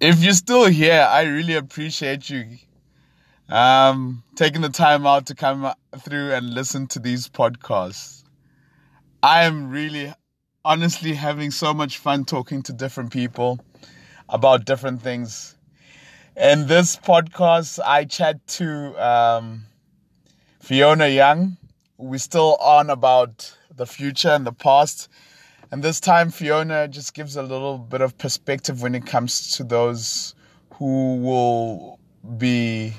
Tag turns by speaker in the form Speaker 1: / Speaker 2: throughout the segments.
Speaker 1: If you're still here, I really appreciate you um, taking the time out to come through and listen to these podcasts. I am really, honestly, having so much fun talking to different people about different things. In this podcast, I chat to um, Fiona Young. We're still on about the future and the past. And this time, Fiona just gives a little bit of perspective when it comes to those who will be,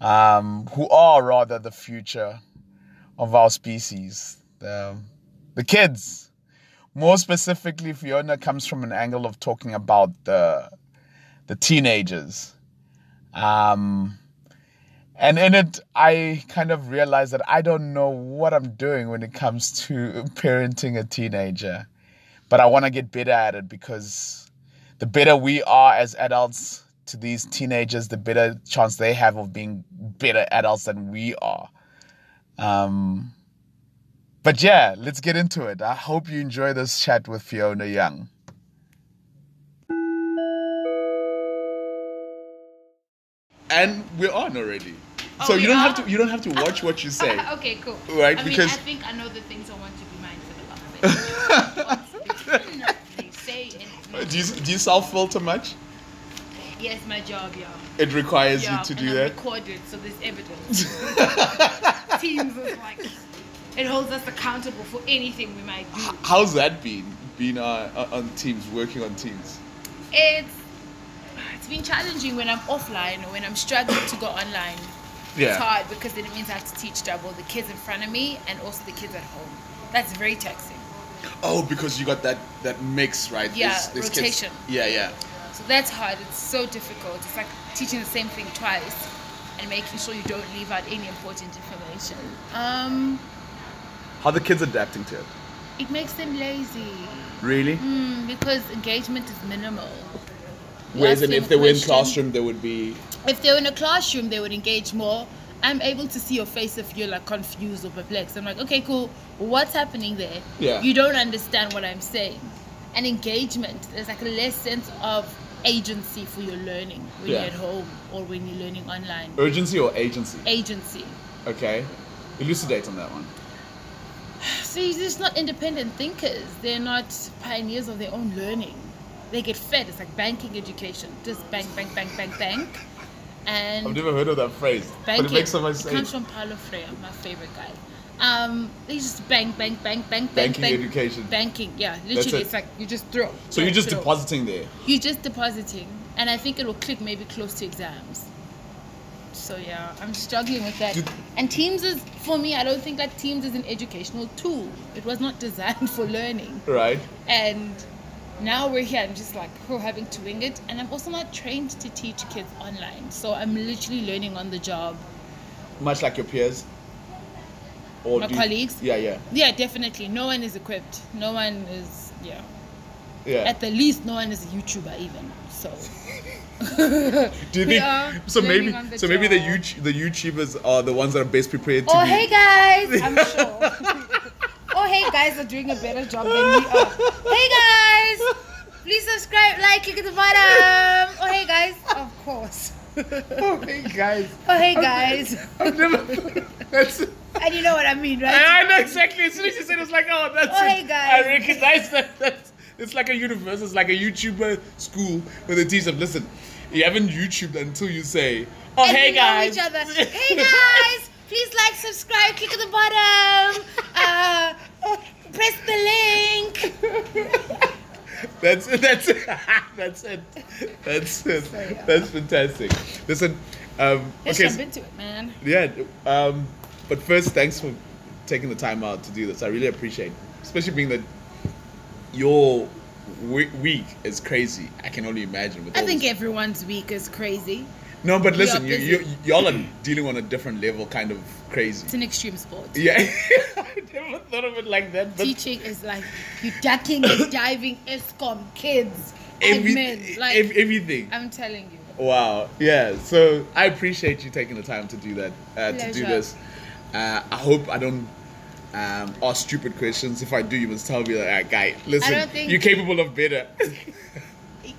Speaker 1: um, who are rather the future of our species, the, the kids. More specifically, Fiona comes from an angle of talking about the, the teenagers. Um, and in it, I kind of realized that I don't know what I'm doing when it comes to parenting a teenager. But I want to get better at it because the better we are as adults to these teenagers, the better chance they have of being better adults than we are. Um, but yeah, let's get into it. I hope you enjoy this chat with Fiona Young. And we're on already.
Speaker 2: Oh,
Speaker 1: so you
Speaker 2: we
Speaker 1: don't
Speaker 2: are?
Speaker 1: have to you don't have to watch what you say.
Speaker 2: okay, cool.
Speaker 1: Right,
Speaker 2: I
Speaker 1: because-
Speaker 2: mean, I think I know the things I want to be mine for the love of it. No, they say it.
Speaker 1: do you do you self filter much?
Speaker 2: Yes, my job, yeah.
Speaker 1: It requires
Speaker 2: yeah
Speaker 1: you to
Speaker 2: and
Speaker 1: do
Speaker 2: I'm
Speaker 1: that.
Speaker 2: Recorded, so there's evidence. Teams is like it holds us accountable for anything we might do.
Speaker 1: How's that been? Being uh, uh, on teams, working on teams.
Speaker 2: It's it's been challenging when I'm offline or when I'm struggling to go online. It's hard because then it means I have to teach double the kids in front of me and also the kids at home. That's very taxing.
Speaker 1: Oh, because you got that that mix right.
Speaker 2: Yeah,
Speaker 1: There's- there's
Speaker 2: rotation.
Speaker 1: Kids. Yeah, yeah.
Speaker 2: So that's hard. It's so difficult. It's like teaching the same thing twice and making sure you don't leave out any important information. Um,
Speaker 1: How the kids adapting to it?
Speaker 2: it makes them lazy
Speaker 1: Really?
Speaker 2: mm, because engagement is minimal. You
Speaker 1: Whereas
Speaker 2: ask
Speaker 1: in
Speaker 2: them
Speaker 1: if
Speaker 2: a
Speaker 1: they were in
Speaker 2: question-
Speaker 1: classroom, they would be.
Speaker 2: if they were in a classroom, they would engage more. I'm able to see your face if you're like confused or perplexed. I'm like, okay, cool. What's happening there?
Speaker 1: Yeah.
Speaker 2: You don't understand what I'm saying. And engagement, there's like a less sense of agency for your learning when
Speaker 1: Yeah.
Speaker 2: you're at home or when you're learning online.
Speaker 1: Urgency or agency?
Speaker 2: agency.
Speaker 1: Okay. Elucidate on that one.
Speaker 2: So they're just not independent thinkers. They're not pioneers of their own learning. They get fed. It's like banking education. Just bang, bang, bang, bang, bang. And
Speaker 1: I've never heard of that phrase,
Speaker 2: banking.
Speaker 1: but it makes so much
Speaker 2: It comes
Speaker 1: sense.
Speaker 2: from Paulo Freire, my favorite guy. Um, they just bang, bang, bang, bang, bang,
Speaker 1: Banking
Speaker 2: bang.
Speaker 1: education.
Speaker 2: Banking, yeah. Literally,
Speaker 1: it.
Speaker 2: it's like you just throw.
Speaker 1: So
Speaker 2: throw,
Speaker 1: you're just
Speaker 2: throw.
Speaker 1: depositing there.
Speaker 2: You're just depositing, and I think it will click maybe close to exams. So yeah, I'm struggling with that.
Speaker 1: Did-
Speaker 2: And Teams is for me. I don't think that Teams is an educational tool. It was not designed for learning.
Speaker 1: Right.
Speaker 2: And now we're here. I'm just like oh, having to wing it, and I'm also not trained to teach kids online. So I'm literally learning on the job.
Speaker 1: Much like your peers. Or
Speaker 2: My
Speaker 1: do you-
Speaker 2: colleagues?
Speaker 1: Yeah, yeah,
Speaker 2: Yeah, definitely. No one is equipped. No one is. Yeah.
Speaker 1: yeah.
Speaker 2: At the least, no one is a YouTuber even. So.
Speaker 1: Do you
Speaker 2: We
Speaker 1: think
Speaker 2: are
Speaker 1: so? Maybe
Speaker 2: learning on the
Speaker 1: so. Maybe the
Speaker 2: job.
Speaker 1: YouTube, the YouTubers are the ones that are best prepared to
Speaker 2: Oh
Speaker 1: be.
Speaker 2: hey guys, I'm sure. oh hey guys are doing a better job than we are.
Speaker 1: Oh,
Speaker 2: Hey guys, please subscribe, like, click at the bottom. Oh hey guys, of course.
Speaker 1: oh hey guys!
Speaker 2: Oh hey guys,
Speaker 1: I've never. That's. it.
Speaker 2: and you know what I mean, right?
Speaker 1: I know exactly. As soon as you said, it, I was like, oh, that's.
Speaker 2: Oh,
Speaker 1: it.
Speaker 2: hey, guys.
Speaker 1: I recognize that. That's, it's like a universe. It's like a YouTuber school where they teach them. Listen, you haven't YouTubed until you say, oh
Speaker 2: and
Speaker 1: hey
Speaker 2: we
Speaker 1: guys.
Speaker 2: Know each other. Hey guys, please like, subscribe, click at the bottom. Uh, press the link.
Speaker 1: That's it. That's it. that's it. That's it.
Speaker 2: yeah.
Speaker 1: That's fantastic. Listen, um,
Speaker 2: Let's
Speaker 1: okay.
Speaker 2: jump
Speaker 1: so-
Speaker 2: into it, man.
Speaker 1: Yeah, um, but first, thanks for taking the time out to do this. I really appreciate, it. especially being that your we- week is crazy. I can only imagine. With
Speaker 2: I
Speaker 1: all
Speaker 2: think
Speaker 1: this.
Speaker 2: everyone's week is crazy.
Speaker 1: no, but
Speaker 2: we
Speaker 1: listen,
Speaker 2: are
Speaker 1: you,
Speaker 2: busy.
Speaker 1: you, y'all are dealing on a different level, kind of crazy.
Speaker 2: It's an extreme sport.
Speaker 1: Yeah, I never thought of it like that. But
Speaker 2: teaching is like you ducking and diving ESCOM kids
Speaker 1: every- e-
Speaker 2: admin. Like
Speaker 1: ev- everything.
Speaker 2: I'm telling you.
Speaker 1: Wow. Yeah. So I appreciate you taking the time to do that, uh, to do
Speaker 2: Pleasure.
Speaker 1: this. Uh, I hope I don't um, ask stupid questions. If I do, you must tell me that, uh, guy, listen,
Speaker 2: think-
Speaker 1: you're capable of better.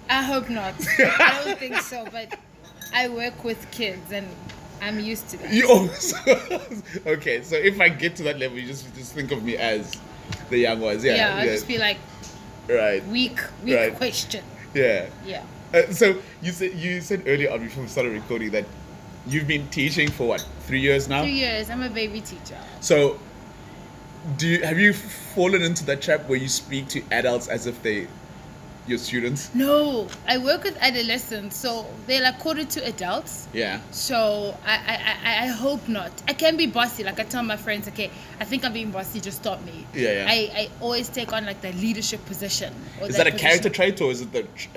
Speaker 2: I hope not. I don't think so, but I work with kids and I'm used to that.
Speaker 1: You always okay. So if I get to that level, you just just think of me as the young ones. Yeah,
Speaker 2: yeah, I'll just be like
Speaker 1: right,
Speaker 2: weak, weak
Speaker 1: Right.
Speaker 2: question.
Speaker 1: yeah.
Speaker 2: Yeah.
Speaker 1: Uh, so you said you said earlier on before we started recording that you've been teaching for what three years now.
Speaker 2: Two years. I'm a baby teacher.
Speaker 1: So do you have you fallen into that trap where you speak to adults as if they your students?
Speaker 2: No, I work with adolescents, so they're like coded to adults.
Speaker 1: Yeah.
Speaker 2: So I, I, I, I hope not. I can be bossy. Like I tell my friends, okay, I think I'm being bossy. Just stop me.
Speaker 1: Yeah, yeah.
Speaker 2: I, I always take on like the leadership position. or
Speaker 1: Is
Speaker 2: the
Speaker 1: that a character
Speaker 2: position.
Speaker 1: trait or is it the tr-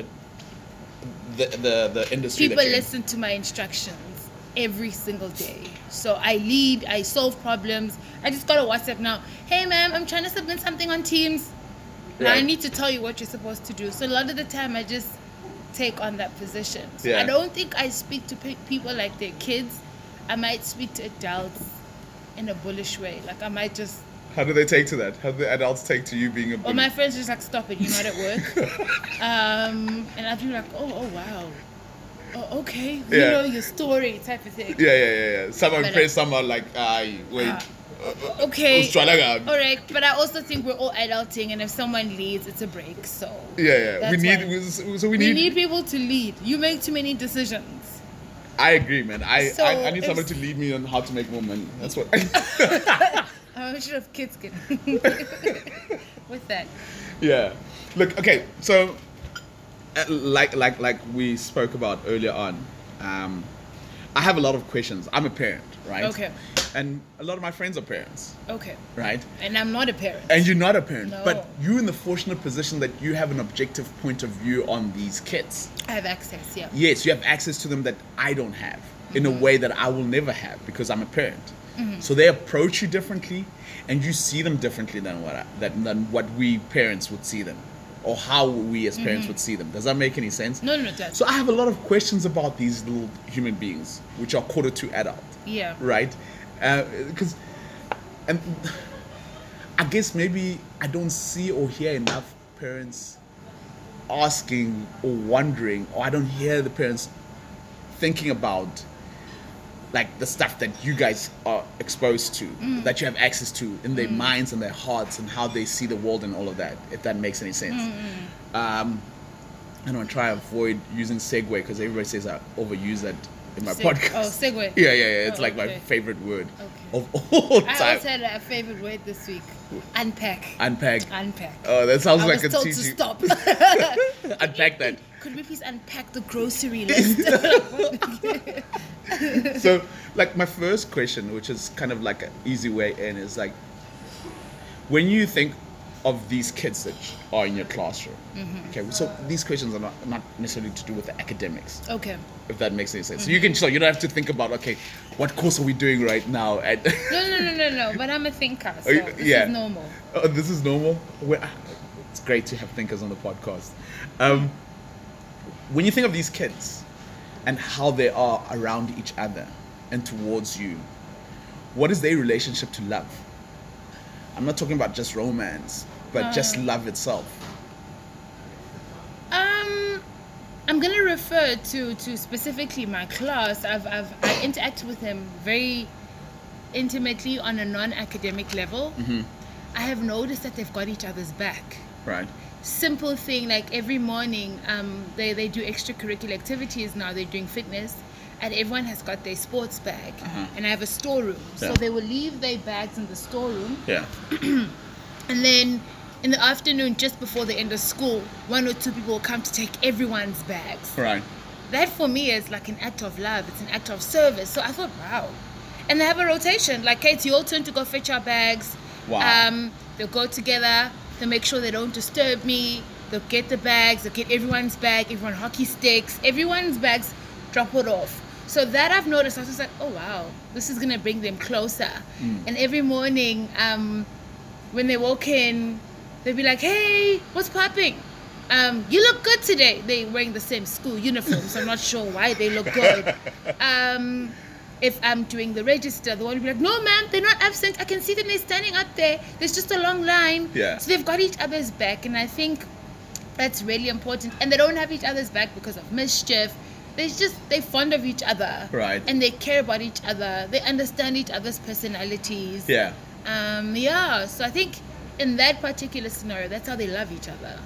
Speaker 1: the the, the industry?
Speaker 2: People
Speaker 1: that you're in?
Speaker 2: listen to my instructions every single day. So I lead. I solve problems. I just got a WhatsApp now. Hey, ma'am, I'm trying to submit something on Teams. Now I
Speaker 1: Right.
Speaker 2: need to tell you what you're supposed to do. So a lot of the time, I just take on that position. So
Speaker 1: Yeah.
Speaker 2: I don't think I speak to pe- people like they're kids. I might speak to adults in a bullish way. Like I might just,
Speaker 1: How do they take to that? How do the adults take to you being a
Speaker 2: or
Speaker 1: bully?
Speaker 2: my friends just like, stop it, you're not at work. um, and I'd be like, oh, oh wow, oh, okay, you
Speaker 1: Yeah.
Speaker 2: know your story type of thing.
Speaker 1: yeah, yeah, yeah, yeah. Some are
Speaker 2: But, uh,
Speaker 1: impressed, some are like, I wait.
Speaker 2: Ah, oh,
Speaker 1: Uh,
Speaker 2: Okay.
Speaker 1: Australia.
Speaker 2: All right, but I also think we're all adulting, and if someone leads, it's a break. So
Speaker 1: yeah, yeah. We
Speaker 2: That's
Speaker 1: need,
Speaker 2: why.
Speaker 1: we, so we
Speaker 2: we
Speaker 1: need,
Speaker 2: need people to lead. You make too many decisions.
Speaker 1: I agree, man. I,
Speaker 2: So
Speaker 1: I, I need
Speaker 2: if-
Speaker 1: someone to lead me on how to make more money. That's what.
Speaker 2: Oh, we should have kids get with that.
Speaker 1: yeah. Look, okay. So, uh, like, like, like we spoke about earlier on, um, I have a lot of questions. I'm a parent, right?
Speaker 2: Okay.
Speaker 1: And a lot of my friends are parents,
Speaker 2: Okay.
Speaker 1: right?
Speaker 2: And I'm not a parent.
Speaker 1: And you're not a parent,
Speaker 2: No.
Speaker 1: but you're in the fortunate position that you have an objective point of view on these kids.
Speaker 2: I have access, yeah.
Speaker 1: yes, you have access to them that I don't have in
Speaker 2: Mm-hmm.
Speaker 1: a way that I will never have because I'm a parent. So they approach you differently, and you see them differently than what I, than, than what we parents would see them, or how we as parents would see them. Does that make any sense?
Speaker 2: Mm-hmm. No, no, no, that's
Speaker 1: So I have a lot of questions about these little human beings, which are quarter to adult
Speaker 2: yeah.
Speaker 1: right? Because, and I guess maybe I don't see or hear enough parents asking or wondering, or I don't hear the parents thinking about like the stuff that you guys are exposed to,
Speaker 2: Mm.
Speaker 1: that you have access to in their minds and their hearts and how they see the world and all of that, if that makes any sense.
Speaker 2: Mm,
Speaker 1: Um, and I'll try and avoid using Segway because everybody says I overuse that in my
Speaker 2: Seg-
Speaker 1: podcast.
Speaker 2: oh, segue.
Speaker 1: Yeah, yeah, yeah. It's
Speaker 2: Oh,
Speaker 1: like my
Speaker 2: okay.
Speaker 1: favorite word
Speaker 2: Okay.
Speaker 1: of all
Speaker 2: I
Speaker 1: time.
Speaker 2: also had a favorite word this week. Unpack.
Speaker 1: Unpack.
Speaker 2: Unpack.
Speaker 1: Oh, that sounds
Speaker 2: I
Speaker 1: like
Speaker 2: was
Speaker 1: a
Speaker 2: told to
Speaker 1: teaching.
Speaker 2: stop.
Speaker 1: Unpack that.
Speaker 2: Could we please unpack the grocery list?
Speaker 1: So, like my first question, which is kind of like an easy way in, is like, when you think of these kids that are in your classroom,
Speaker 2: Mm-hmm.
Speaker 1: okay. So these questions are not, not necessarily to do with the academics,
Speaker 2: okay.
Speaker 1: if that makes any sense. So you can so you don't have to think about okay, what course are we doing right now? And
Speaker 2: No, no, no, no, no. But I'm a thinker, so
Speaker 1: you-
Speaker 2: this
Speaker 1: yeah.
Speaker 2: is normal.
Speaker 1: Oh, this is normal. We're- it's great to have thinkers on the podcast. Um, when you think of these kids and how they are around each other and towards you, what is their relationship to love? I'm not talking about just romance, but just love itself.
Speaker 2: Um, I'm gonna refer to to specifically my class. I've I've I interact with them very intimately on a non-academic level.
Speaker 1: Mm-hmm.
Speaker 2: I have noticed that they've got each other's back.
Speaker 1: Right.
Speaker 2: Simple thing like every morning, um, they they do extracurricular activities now. They're doing fitness. And everyone has got their sports bag, and I have a storeroom. So
Speaker 1: Uh-huh. Yeah.
Speaker 2: they will leave their bags in the storeroom,
Speaker 1: Yeah.
Speaker 2: and then in the afternoon, just before the end of school, one or two people will come to take everyone's bags.
Speaker 1: Right.
Speaker 2: That for me is like an act of love. It's an act of service. So I thought, wow. And they have a rotation. Like, Kate, your turn to go fetch our bags.
Speaker 1: Wow.
Speaker 2: Um, they'll go together. They'll make sure they don't disturb me. They'll get the bags. They'll get everyone's bag, everyone hockey sticks, everyone's bags, drop it off. So that I've noticed. I was just like, oh, wow. This is going to bring them closer.
Speaker 1: Mm.
Speaker 2: And every morning, um, when they walk in, they'll be like, "Hey, what's popping? Um, you look good today." They wearing the same school uniforms. I'm not sure why they look good. Um, if I'm doing the register, the one will be like, "No, ma'am, they're not absent. I can see them. They're standing up there. There's just a long line."
Speaker 1: Yeah.
Speaker 2: So they've got each other's back, and I think That's really important. And they don't have each other's back because of mischief. They just they're fond of each other.
Speaker 1: Right.
Speaker 2: And they care about each other. They understand each other's personalities.
Speaker 1: Yeah.
Speaker 2: Um, yeah. So I think in that particular scenario, that's how they love each other.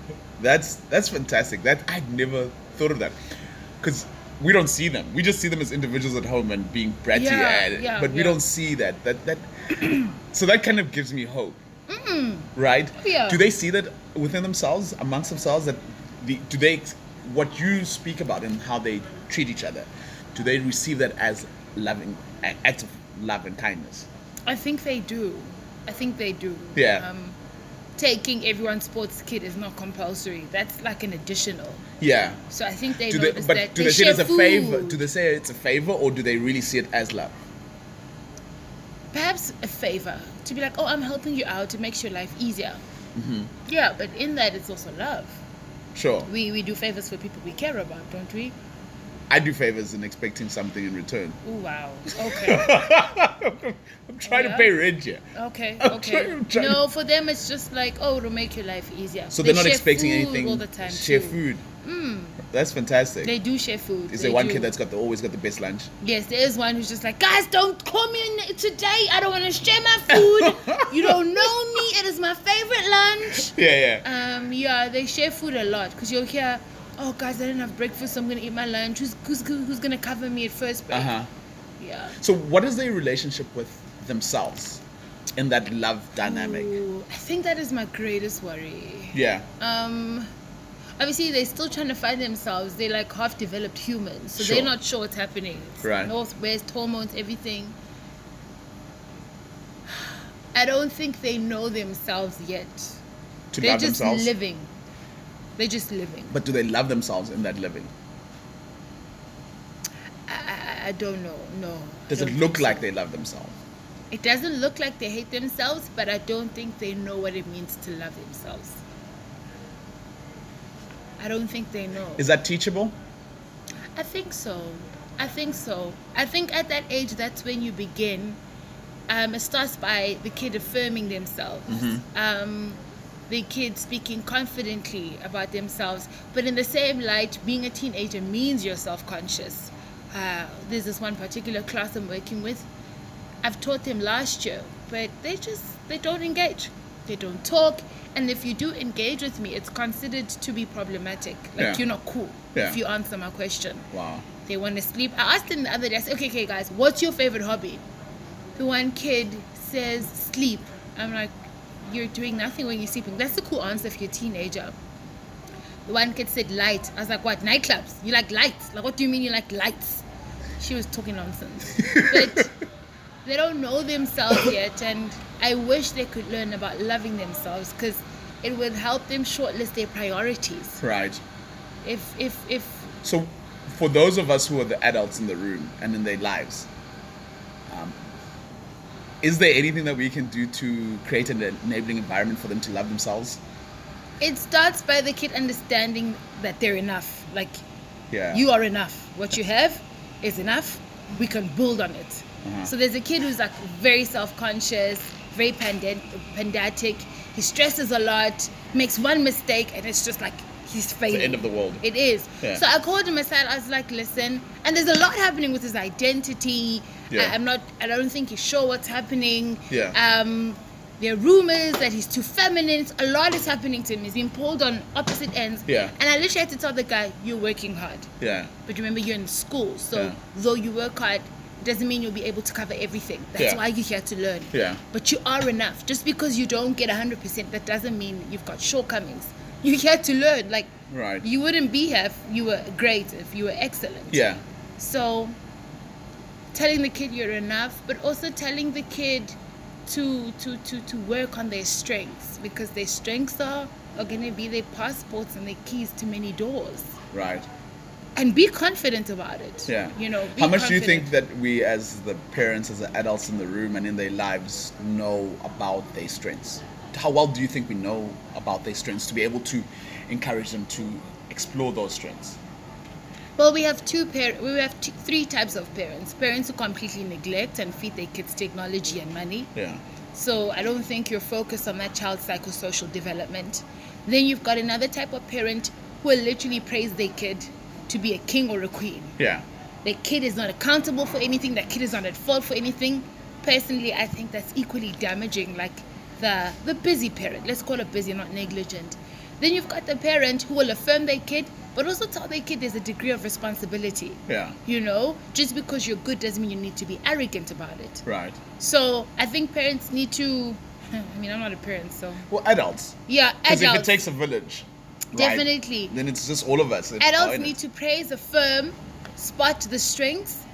Speaker 1: That's that's fantastic. That I'd never thought of that, because we don't see them. We just see them as individuals at home and being bratty,
Speaker 2: Yeah,
Speaker 1: and,
Speaker 2: yeah,
Speaker 1: but we
Speaker 2: yeah.
Speaker 1: don't see that. That that. so that kind of gives me hope,
Speaker 2: Mm.
Speaker 1: right?
Speaker 2: Yeah.
Speaker 1: Do they see that within themselves, amongst themselves? That the, do they what you speak about and how they treat each other? Do they receive that as loving a- acts of love and kindness?
Speaker 2: I think they do. I think they do.
Speaker 1: Yeah.
Speaker 2: Um, taking everyone's sports kit is not compulsory. That's like an additional.
Speaker 1: Yeah.
Speaker 2: So I think they
Speaker 1: Do they,
Speaker 2: notice
Speaker 1: but
Speaker 2: that
Speaker 1: do
Speaker 2: they
Speaker 1: they see it
Speaker 2: share
Speaker 1: as a
Speaker 2: food.
Speaker 1: favor? Do they say it's a favor, or do they really see it as love?
Speaker 2: perhaps a favor to be like, oh, I'm helping you out. It makes your life easier.
Speaker 1: Mm-hmm.
Speaker 2: Yeah, but in that, it's also love.
Speaker 1: Sure.
Speaker 2: We we do favors for people we care about, don't we?
Speaker 1: I do favors and expecting something in return.
Speaker 2: Oh wow. Okay.
Speaker 1: I'm trying to
Speaker 2: Oh, Yeah.
Speaker 1: pay rent here.
Speaker 2: Okay.
Speaker 1: I'm
Speaker 2: Okay.
Speaker 1: trying- I'm trying
Speaker 2: no, for them it's just like oh, it'll make your life easier.
Speaker 1: So
Speaker 2: They
Speaker 1: they're not
Speaker 2: share
Speaker 1: expecting
Speaker 2: food
Speaker 1: anything.
Speaker 2: all the time.
Speaker 1: Share
Speaker 2: too.
Speaker 1: food.
Speaker 2: Mm,
Speaker 1: That's fantastic.
Speaker 2: they do share food.
Speaker 1: Is
Speaker 2: They
Speaker 1: there one
Speaker 2: do.
Speaker 1: kid that's got the always got the best lunch?
Speaker 2: Yes, there is one who's just like, guys, don't call me in today. I don't want to share my food. you don't know me. It is my favorite lunch.
Speaker 1: Yeah, yeah.
Speaker 2: Um, yeah, they share food a lot because you'll hear, oh guys, I didn't have breakfast, so I'm gonna eat my lunch. Who's who's, who's gonna cover me at first break?
Speaker 1: Uh huh.
Speaker 2: Yeah.
Speaker 1: So what is their relationship with themselves in that love dynamic?
Speaker 2: Ooh, I think that is my greatest worry.
Speaker 1: Yeah.
Speaker 2: Um, obviously they're still trying to find themselves. They're like half developed humans, so
Speaker 1: Sure.
Speaker 2: they're not sure what's happening. It's
Speaker 1: Right.
Speaker 2: North, west, hormones, everything. I don't think they know themselves yet.
Speaker 1: To
Speaker 2: they're
Speaker 1: love
Speaker 2: just
Speaker 1: themselves.
Speaker 2: living. They're just living.
Speaker 1: But do they love themselves in that living?
Speaker 2: I, I, I don't know. No. I
Speaker 1: Does
Speaker 2: don't
Speaker 1: it
Speaker 2: think
Speaker 1: look
Speaker 2: so.
Speaker 1: like they love themselves?
Speaker 2: It doesn't look like they hate themselves, but I don't think they know what it means to love themselves. I don't think they know.
Speaker 1: Is that teachable?
Speaker 2: I think so. I think so. I think at that age, that's when you begin. Um, it starts by the kid affirming themselves, um, the kid speaking confidently about themselves, but in the same light, being a teenager means you're self conscious. Uh, there's this one particular class I'm working with. I've taught them last year, but they just they don't engage. They don't talk, and if you do engage with me, it's considered to be problematic. Like
Speaker 1: Yeah.
Speaker 2: you're not cool
Speaker 1: Yeah.
Speaker 2: if you answer my question.
Speaker 1: Wow.
Speaker 2: They want to sleep. I asked them the other day, I said, okay, okay, guys, what's your favorite hobby? The one kid says sleep. I'm like, you're doing nothing when you're sleeping. That's the cool answer if you're a teenager. The one kid said light. I was like, what? Nightclubs? You like lights? Like, what do you mean you like lights? She was talking nonsense. but they don't know themselves yet, and I wish they could learn about loving themselves because it would help them shortlist their priorities.
Speaker 1: Right.
Speaker 2: If, if, if,
Speaker 1: So, for those of us who are the adults in the room and in their lives, um, is there anything that we can do to create an enabling environment for them to love themselves?
Speaker 2: It starts by the kid understanding that they're enough. Like,
Speaker 1: Yeah.
Speaker 2: you are enough. What you have is enough. We can build on it.
Speaker 1: Uh-huh.
Speaker 2: So there's a kid who's like very self-conscious, very pandem- pedantic. He stresses a lot, makes one mistake, and it's just like he's failing.
Speaker 1: end of the world.
Speaker 2: It is.
Speaker 1: Yeah.
Speaker 2: So I called him aside. I was like, "Listen," and there's a lot happening with his identity.
Speaker 1: Yeah.
Speaker 2: I, I'm not. I don't think he's sure what's happening.
Speaker 1: Yeah.
Speaker 2: Um, there are rumors that he's too feminine. It's- A lot is happening to him. He's been pulled on opposite ends.
Speaker 1: Yeah.
Speaker 2: And I literally had to tell the guy, "You're working hard."
Speaker 1: yeah.
Speaker 2: But remember, you're in school, so
Speaker 1: Yeah.
Speaker 2: though you work hard, doesn't mean you'll be able to cover everything. That's
Speaker 1: Yeah.
Speaker 2: why you're here to learn.
Speaker 1: Yeah.
Speaker 2: But you are enough. Just because you don't get 100%, that doesn't mean you've got shortcomings. You're here to learn. Like,
Speaker 1: Right.
Speaker 2: you wouldn't be here if you were great, if you were excellent.
Speaker 1: Yeah.
Speaker 2: So, telling the kid you're enough, but also telling the kid to to to to work on their strengths because their strengths are are going to be their passports and their keys to many doors
Speaker 1: Right.
Speaker 2: and be confident about it.
Speaker 1: Yeah.
Speaker 2: You know, be
Speaker 1: How much do you think
Speaker 2: confident.
Speaker 1: that we, as the parents, as the adults in the room and in their lives, know about their strengths? How well do you think we know about their strengths to be able to encourage them to explore those strengths?
Speaker 2: Well, we have two par- we have t- three types of parents. Parents who completely neglect and feed their kids technology and money.
Speaker 1: Yeah.
Speaker 2: So I don't think you're focused on that child's psychosocial development. Then you've got another type of parent who will literally praise their kid to be a king or a queen.
Speaker 1: Yeah.
Speaker 2: The kid is not accountable for anything, the kid is not at fault for anything. Personally, I think that's equally damaging, like the the busy parent. Let's call it busy, not negligent. Then you've got the parent who will affirm their kid, but also tell their kid there's a degree of responsibility.
Speaker 1: Yeah.
Speaker 2: You know, just because you're good doesn't mean you need to be arrogant about it.
Speaker 1: Right.
Speaker 2: So I think parents need to. I mean, I'm not a parent, so
Speaker 1: Well, adults.
Speaker 2: yeah,
Speaker 1: Because if it
Speaker 2: adults
Speaker 1: takes a village, right,
Speaker 2: Definitely.
Speaker 1: then it's just all of us. that are
Speaker 2: adults
Speaker 1: in it.
Speaker 2: need to praise, affirm, spot the strengths,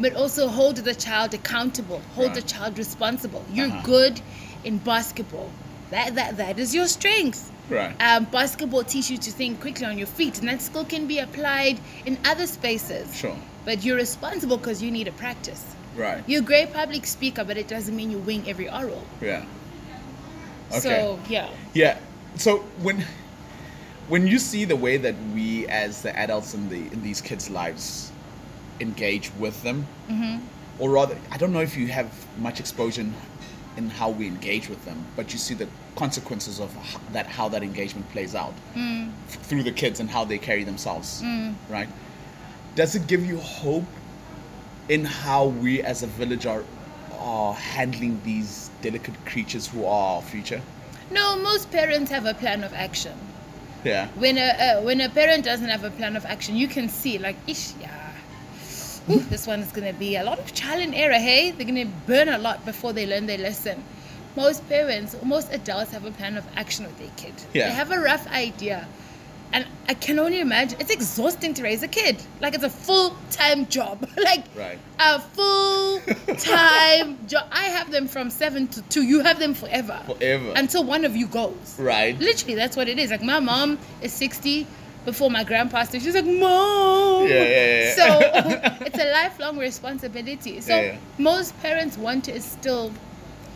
Speaker 2: but also hold the child accountable, hold the
Speaker 1: Right.
Speaker 2: child responsible. You're
Speaker 1: Uh-huh.
Speaker 2: good in basketball. That that that is your strength.
Speaker 1: Right.
Speaker 2: Um, basketball teaches you to think quickly on your feet, and that skill can be applied in other spaces.
Speaker 1: Sure.
Speaker 2: But you're responsible because you need to practice.
Speaker 1: Right.
Speaker 2: You're a great public speaker, but it doesn't mean you win every oral.
Speaker 1: Yeah. Okay.
Speaker 2: So yeah,
Speaker 1: Yeah. So when when you see the way that we as the adults in the in these kids' lives engage with them, or rather, I don't know if you have much exposure in, in how we engage with them, but you see the consequences of h- that how that engagement plays out f- through the kids and how they carry themselves, right? Does it give you hope in how we as a village are are handling these delicate creatures who are our future?
Speaker 2: no, most parents have a plan of action.
Speaker 1: Yeah.
Speaker 2: When a uh, when a parent doesn't have a plan of action, you can see like ish yeah. Ooh,
Speaker 1: Mm-hmm.
Speaker 2: this one is gonna be a lot of trial and error. Hey, they're gonna burn a lot before they learn their lesson. Most parents, most adults have a plan of action with their kid.
Speaker 1: Yeah.
Speaker 2: They have a rough idea, and I can only imagine it's exhausting to raise a kid. Like it's a full time job. like
Speaker 1: Right.
Speaker 2: a full time job. I have them from seven to two. You have them forever.
Speaker 1: Forever.
Speaker 2: Until one of you goes.
Speaker 1: Right.
Speaker 2: Literally, that's what it is. Like my mom is 60 before my grandpa started. She's like, Mom.
Speaker 1: Yeah, yeah, yeah.
Speaker 2: So it's a lifelong responsibility. So
Speaker 1: Yeah, yeah.
Speaker 2: most parents want to instill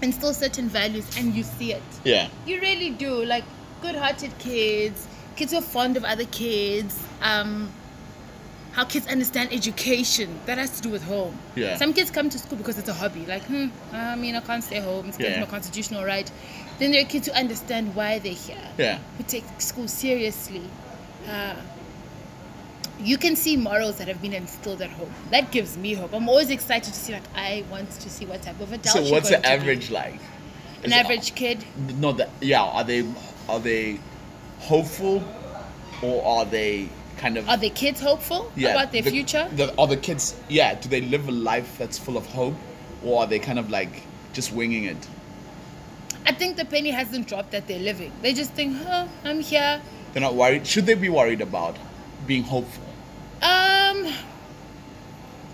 Speaker 2: instill certain values and you see it.
Speaker 1: Yeah.
Speaker 2: You really do. Like good hearted kids, kids who are fond of other kids, um, how kids understand education. That has to do with home.
Speaker 1: Yeah.
Speaker 2: Some kids come to school because it's a hobby. Like, hmm, I mean, I can't stay home. It's against
Speaker 1: Yeah.
Speaker 2: my constitutional right. Then there are kids who understand why they're here,
Speaker 1: Yeah.
Speaker 2: who take school seriously. Uh, you can see morals that have been instilled at home. That gives me hope. I'm always excited to see, like, I want to see what type of adult.
Speaker 1: So
Speaker 2: you're
Speaker 1: what's
Speaker 2: going
Speaker 1: the
Speaker 2: to be.
Speaker 1: average like?
Speaker 2: An
Speaker 1: Is it-
Speaker 2: average kid.
Speaker 1: No, that yeah. Are they are they hopeful, or are they kind of
Speaker 2: Are the kids hopeful
Speaker 1: yeah,
Speaker 2: about their
Speaker 1: the-
Speaker 2: future?
Speaker 1: The, are the kids yeah? Do they live a life that's full of hope, or are they kind of like just winging it?
Speaker 2: I think the penny hasn't dropped that they're living. They just think, huh, I'm here.
Speaker 1: They're not worried. Should they be worried about being hopeful,
Speaker 2: Um,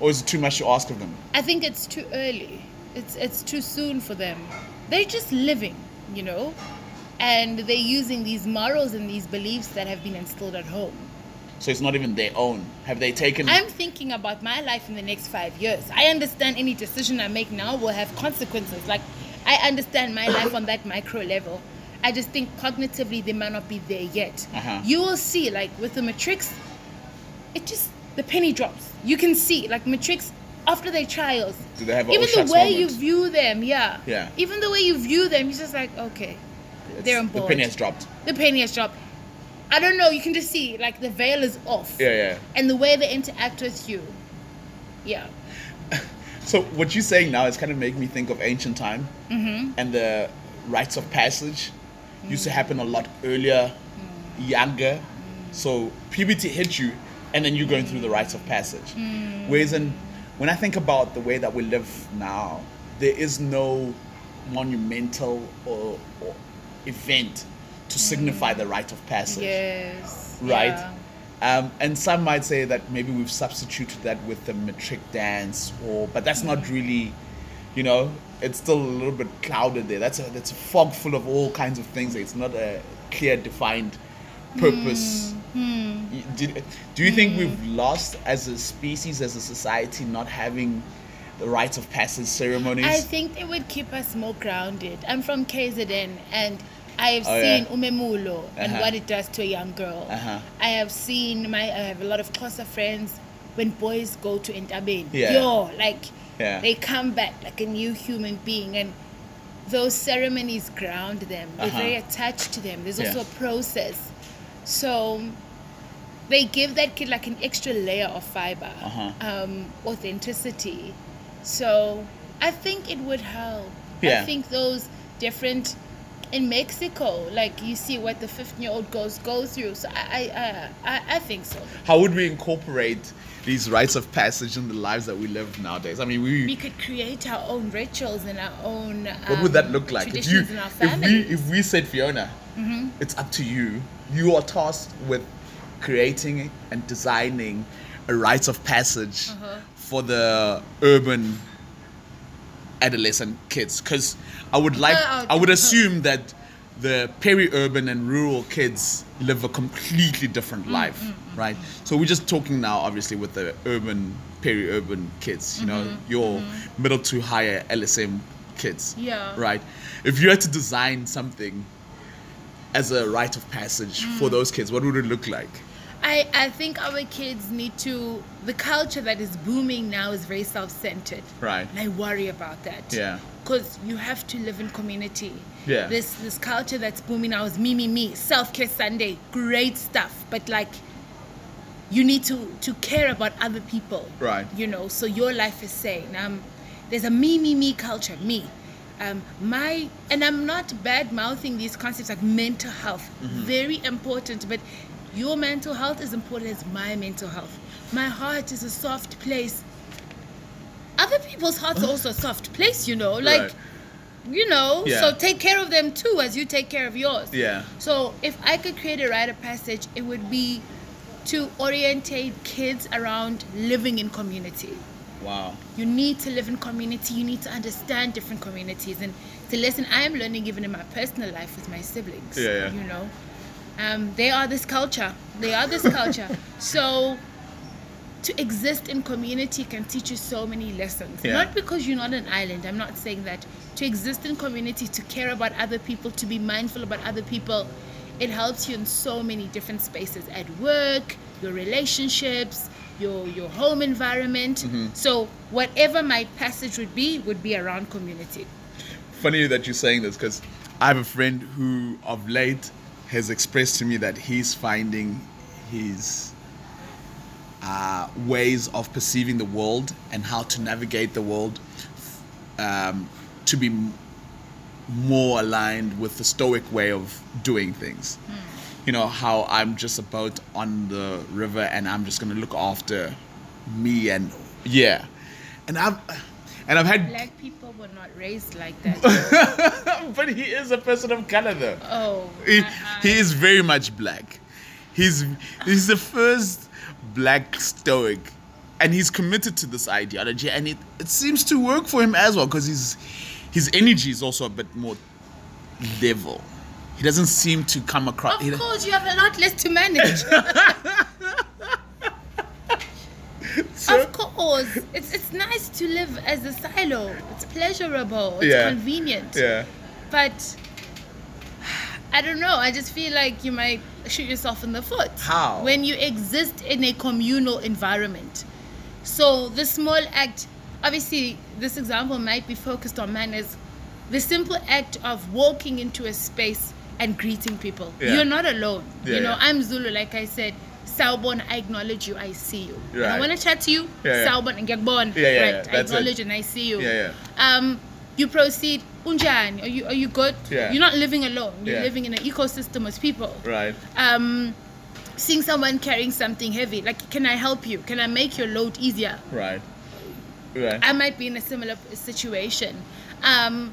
Speaker 1: or is it too much to ask of them?
Speaker 2: I think it's too early. It's it's too soon for them. They're just living, you know, and they're using these morals and these beliefs that have been instilled at home.
Speaker 1: So it's not even their own. Have they taken?
Speaker 2: I'm thinking about my life in the next five years. I understand any decision I make now will have consequences. Like, I understand my life on that micro level. I just think cognitively they might not be there yet.
Speaker 1: Uh-huh.
Speaker 2: You will see, like, with the Matrix, it just, the penny drops. You can see, like, Matrix, after their trials,
Speaker 1: Do they have a
Speaker 2: even
Speaker 1: oh
Speaker 2: the
Speaker 1: shucks
Speaker 2: way
Speaker 1: moment?
Speaker 2: you view them, yeah.
Speaker 1: Yeah.
Speaker 2: Even the way you view them, you're just like, okay,
Speaker 1: It's-
Speaker 2: they're on
Speaker 1: The
Speaker 2: board.
Speaker 1: penny has dropped.
Speaker 2: the penny has dropped. I don't know, you can just see, like, the veil is off
Speaker 1: Yeah, yeah.
Speaker 2: and the way they interact with you. Yeah.
Speaker 1: So what you're saying now is kind of making me think of ancient time and the rites of passage used to happen a lot earlier, younger. So puberty hit you, and then you're going through the rites of passage. Whereas in, when I think about the way that we live now, there is no monumental or, or event to signify the rite of passage
Speaker 2: Yes.
Speaker 1: right?
Speaker 2: Yeah.
Speaker 1: Um, and some might say that maybe we've substituted that with the matric dance, or but that's
Speaker 2: Mm.
Speaker 1: not really, you know, it's still a little bit clouded there. That's a that's a fog full of all kinds of things. It's not a clear defined purpose.
Speaker 2: Mm, hmm.
Speaker 1: Y- Did, do you think we've lost as a species, as a society, not having the rites of passage ceremonies?
Speaker 2: I think it would keep us more grounded. I'm from KZN and I have
Speaker 1: Oh, yeah.
Speaker 2: seen umemulo and
Speaker 1: Uh-huh.
Speaker 2: what it does to a young girl.
Speaker 1: Uh-huh.
Speaker 2: I have seen my I have a lot of closer friends when boys go to Intabeni.
Speaker 1: Yeah.
Speaker 2: Yo, like
Speaker 1: Yeah.
Speaker 2: they come back like a new human being and those ceremonies ground them. They're
Speaker 1: Uh-huh.
Speaker 2: very attached to them. There's also
Speaker 1: Yeah.
Speaker 2: a process. So they give that kid like an extra layer of fiber,
Speaker 1: Uh-huh.
Speaker 2: um, authenticity. So I think it would help. I
Speaker 1: Yeah.
Speaker 2: think those different in Mexico, like you see what the 15 year old girls go through. So I, I, I, I, I think so.
Speaker 1: How would we incorporate these rites of passage in the lives that we live nowadays? I mean, we.
Speaker 2: We could create our own rituals and our own. Um,
Speaker 1: what would that look like if you
Speaker 2: traditions in our
Speaker 1: if
Speaker 2: Mm-hmm.
Speaker 1: we
Speaker 2: family.
Speaker 1: if we said Fiona, it's up to you. You are tasked with creating and designing a rites of passage
Speaker 2: Uh-huh.
Speaker 1: for the urban adolescent kids. Because I would like
Speaker 2: Uh,
Speaker 1: I would
Speaker 2: uh,
Speaker 1: assume that the peri-urban and rural kids live a completely
Speaker 2: Mm,
Speaker 1: different life, right? So we're just talking now, obviously, with the urban peri-urban kids. You know,
Speaker 2: Mm-hmm,
Speaker 1: your middle to higher LSM kids.
Speaker 2: Yeah.
Speaker 1: Right. If you had to design something as a rite of passage for
Speaker 2: Mm.
Speaker 1: those kids, what would it look like?
Speaker 2: I, I think our kids need to the culture that is booming now is very self-centered
Speaker 1: Right.
Speaker 2: and i worry about that
Speaker 1: Yeah.
Speaker 2: because you have to live in community
Speaker 1: Yeah.
Speaker 2: this this culture that's booming now is me me me self-care sunday great stuff but like you need to to care about other people
Speaker 1: Right.
Speaker 2: you know so your life is sane um there's a me me me culture me um my and i'm not bad mouthing these concepts like mental health
Speaker 1: Mm-hmm.
Speaker 2: very important but your mental health is important as my mental health my heart is a soft place other people's hearts are also a soft place you know like
Speaker 1: Right.
Speaker 2: you know
Speaker 1: Yeah.
Speaker 2: so take care of them too as you take care of yours
Speaker 1: Yeah.
Speaker 2: so if i could create a rite of passage it would be to orientate kids around living in community
Speaker 1: Wow.
Speaker 2: you need to live in community you need to understand different communities and it's a lesson i am learning even in my personal life with my siblings
Speaker 1: Yeah, yeah.
Speaker 2: you know um, they are this culture they are this culture so to exist in community can teach you so many lessons
Speaker 1: Yeah.
Speaker 2: not because you're not an island i'm not saying that to exist in community to care about other people to be mindful about other people it helps you in so many different spaces at work your relationships your your home environment so whatever my passage would be would be around community
Speaker 1: Funny that you're saying this because I have a friend who, of late, has expressed to me that he's finding his uh, ways of perceiving the world and how to navigate the world um, to be m- more aligned with the stoic way of doing things. You know, how I'm just a boat on the river and I'm just going to look after me and, yeah. And I've. And I've had
Speaker 2: black people were not raised like that
Speaker 1: but he is a person of color, though.
Speaker 2: oh
Speaker 1: He,
Speaker 2: I- I-
Speaker 1: he is very much black. He's he's the first black stoic, and he's committed to this ideology, and it, it seems to work for him as well because his his energy is also a bit more level. He doesn't seem to come across. he-
Speaker 2: of course you have a lot less to manage
Speaker 1: so-
Speaker 2: Of course, it's it's nice to live as a silo. It's pleasurable. It's
Speaker 1: Yeah.
Speaker 2: convenient.
Speaker 1: yeah,
Speaker 2: But I don't know. I just feel like you might shoot yourself in the foot.
Speaker 1: How?
Speaker 2: When you exist in a communal environment. So the small act, obviously, this example might be focused on manners. The simple act of walking into a space and greeting people.
Speaker 1: Yeah.
Speaker 2: You're not alone.
Speaker 1: Yeah,
Speaker 2: you know,
Speaker 1: yeah.
Speaker 2: I'm Zulu, like I said. Sawubona, I acknowledge you. I see you. When I
Speaker 1: Right.
Speaker 2: want to chat to you.
Speaker 1: Yeah, yeah.
Speaker 2: Sawubona, ngiyakubona.
Speaker 1: Yeah, yeah, yeah.
Speaker 2: right. I
Speaker 1: That's it.
Speaker 2: acknowledge and I see you.
Speaker 1: Yeah, yeah.
Speaker 2: Um, you proceed. Unjani? Are you are you good?
Speaker 1: Yeah.
Speaker 2: You're not living alone. You're
Speaker 1: Yeah.
Speaker 2: living in an ecosystem with people.
Speaker 1: right.
Speaker 2: Um, seeing someone carrying something heavy, like, can I help you? Can I make your load easier?
Speaker 1: Right. Right.
Speaker 2: I might be in a similar situation. Um,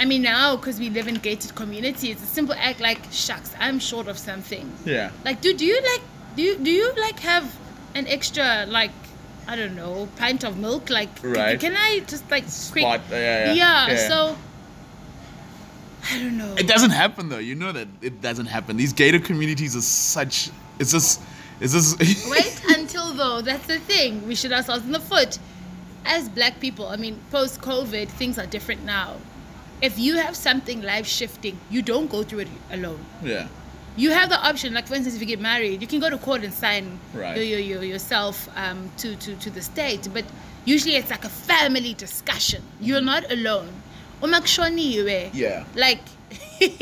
Speaker 2: I mean, now because we live in gated communities, a simple act like shucks, I'm short of something.
Speaker 1: yeah.
Speaker 2: Like, dude, do you like do you, do you like have an extra like I don't know pint of milk? Like, c-
Speaker 1: Right.
Speaker 2: can I just like quick?
Speaker 1: Spot, yeah, yeah,
Speaker 2: yeah.
Speaker 1: yeah. Yeah.
Speaker 2: So I don't know.
Speaker 1: It doesn't happen though. You know that it doesn't happen. These gated communities are such. It's just. It's just.
Speaker 2: Wait until though. That's the thing. We shoot ourselves in the foot. As black people, I mean, post COVID, things are different now. If you have something life shifting, you don't go through it alone.
Speaker 1: yeah.
Speaker 2: you have the option like for instance if you get married you can go to court and sign
Speaker 1: Right.
Speaker 2: your, your, your, yourself um, to, to, to the state but usually it's like a family discussion you're not alone uma kushoniwe
Speaker 1: Yeah.
Speaker 2: like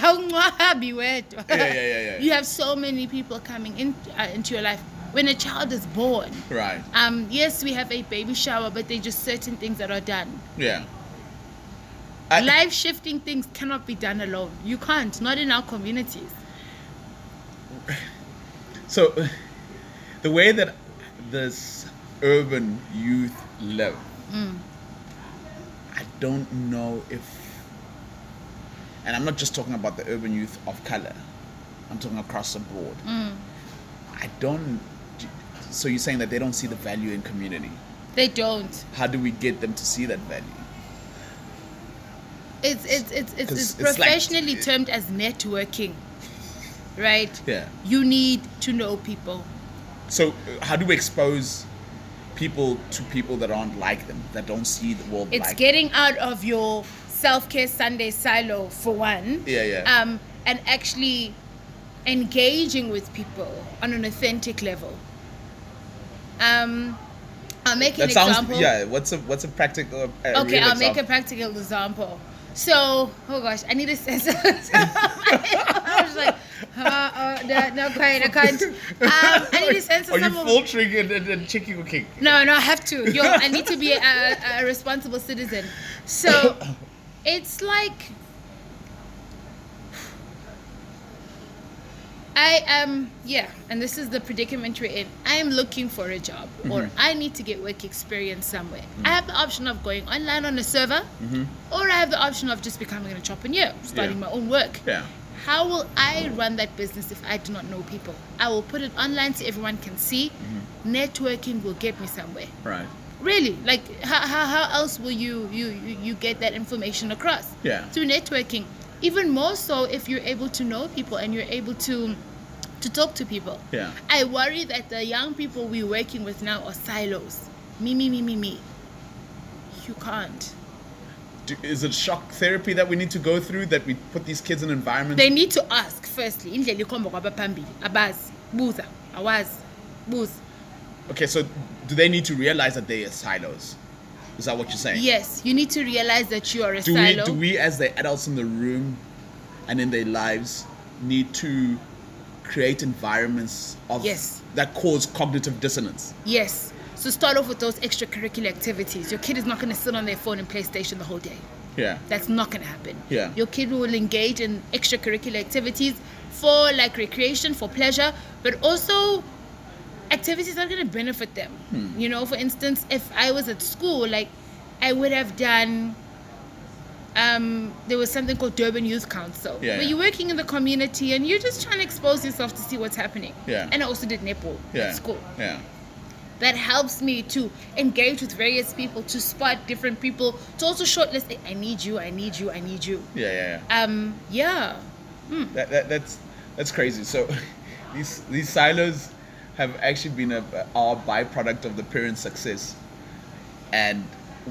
Speaker 2: awunqwabi wedwa
Speaker 1: Yeah, yeah, yeah, yeah.
Speaker 2: you have so many people coming in, uh, into your life when a child is born
Speaker 1: Right.
Speaker 2: um, yes we have a baby shower but there are just certain things that are done
Speaker 1: Yeah. I-
Speaker 2: life shifting things cannot be done alone you can't not in our communities
Speaker 1: So, the way that this urban youth live, I don't know if, and I'm not just talking about the urban youth of color, I'm talking across the board. I don't. So you're saying that they don't see the value in community?
Speaker 2: they don't
Speaker 1: How do we get them to see that value?
Speaker 2: it's it's it's it's,
Speaker 1: 'Cause
Speaker 2: it's
Speaker 1: it's like-
Speaker 2: professionally termed as networking right
Speaker 1: Yeah.
Speaker 2: you need to know people
Speaker 1: So uh, how do we expose people to people that aren't like them, that don't see the world
Speaker 2: it's
Speaker 1: like?
Speaker 2: getting out of your self-care sunday silo for one
Speaker 1: Yeah, yeah.
Speaker 2: um and actually engaging with people on an authentic level um i'll make an
Speaker 1: that sounds
Speaker 2: example
Speaker 1: yeah. What's a what's a practical? Uh, real
Speaker 2: okay i'll make
Speaker 1: example?
Speaker 2: a practical example so oh gosh i need a sense of i was like uh, uh, no, not quite i can't um, i need a sense of
Speaker 1: Are you
Speaker 2: some of-
Speaker 1: filtering and, and, and checking? Okay.
Speaker 2: no, no, I have to. Yo, I need to be a, a responsible citizen. So it's like I am, yeah, and this is the predicament we're in. I am looking for a job or I need to get work experience somewhere. I have the option of going online on a server or I have the option of just becoming an entrepreneur, starting
Speaker 1: Yeah.
Speaker 2: my own work.
Speaker 1: Yeah.
Speaker 2: How will I run that business if I do not know people? I will put it online so everyone can see.
Speaker 1: Mm-hmm.
Speaker 2: Networking will get me somewhere.
Speaker 1: Right.
Speaker 2: Really, like how, how, how else will you, you you you get that information across?
Speaker 1: Yeah.
Speaker 2: Through networking, even more so if you're able to know people and you're able to to talk to people.
Speaker 1: Yeah.
Speaker 2: I worry that the young people we're working with now are silos. Me me me me me. You can't.
Speaker 1: Do, is it shock therapy that we need to go through? That we put these kids in environments?
Speaker 2: they need to ask firstly indlela ikhomba kwabaphambili abazi buza awazi buza
Speaker 1: okay. So do they need to realize that they are silos? Is that what you're saying?
Speaker 2: yes you need to realize that you are a
Speaker 1: Do
Speaker 2: silo
Speaker 1: we do we as the adults in the room, and in their lives, need to create environments of
Speaker 2: Yes.
Speaker 1: that cause cognitive dissonance?
Speaker 2: yes so start off with those extracurricular activities your kid is not going to sit on their phone and playstation the whole day
Speaker 1: Yeah.
Speaker 2: that's not going to happen
Speaker 1: Yeah.
Speaker 2: your kid will engage in extracurricular activities for like recreation for pleasure but also activities that are going to benefit them
Speaker 1: Hmm.
Speaker 2: you know for instance if i was at school like i would have done um, there was something called Durban Youth Council,
Speaker 1: Yeah,
Speaker 2: where
Speaker 1: yeah.
Speaker 2: you're working in the community and you're just trying to expose yourself to see what's happening.
Speaker 1: Yeah.
Speaker 2: And I also did netball
Speaker 1: Yeah.
Speaker 2: at school.
Speaker 1: Yeah.
Speaker 2: That helps me to engage with various people, to spot different people, to also shortlist. I need you, I need you, I need you.
Speaker 1: Yeah. Yeah. yeah.
Speaker 2: Um, yeah,
Speaker 1: That, that that's that's crazy. So these these silos have actually been a our byproduct of the parents' success, and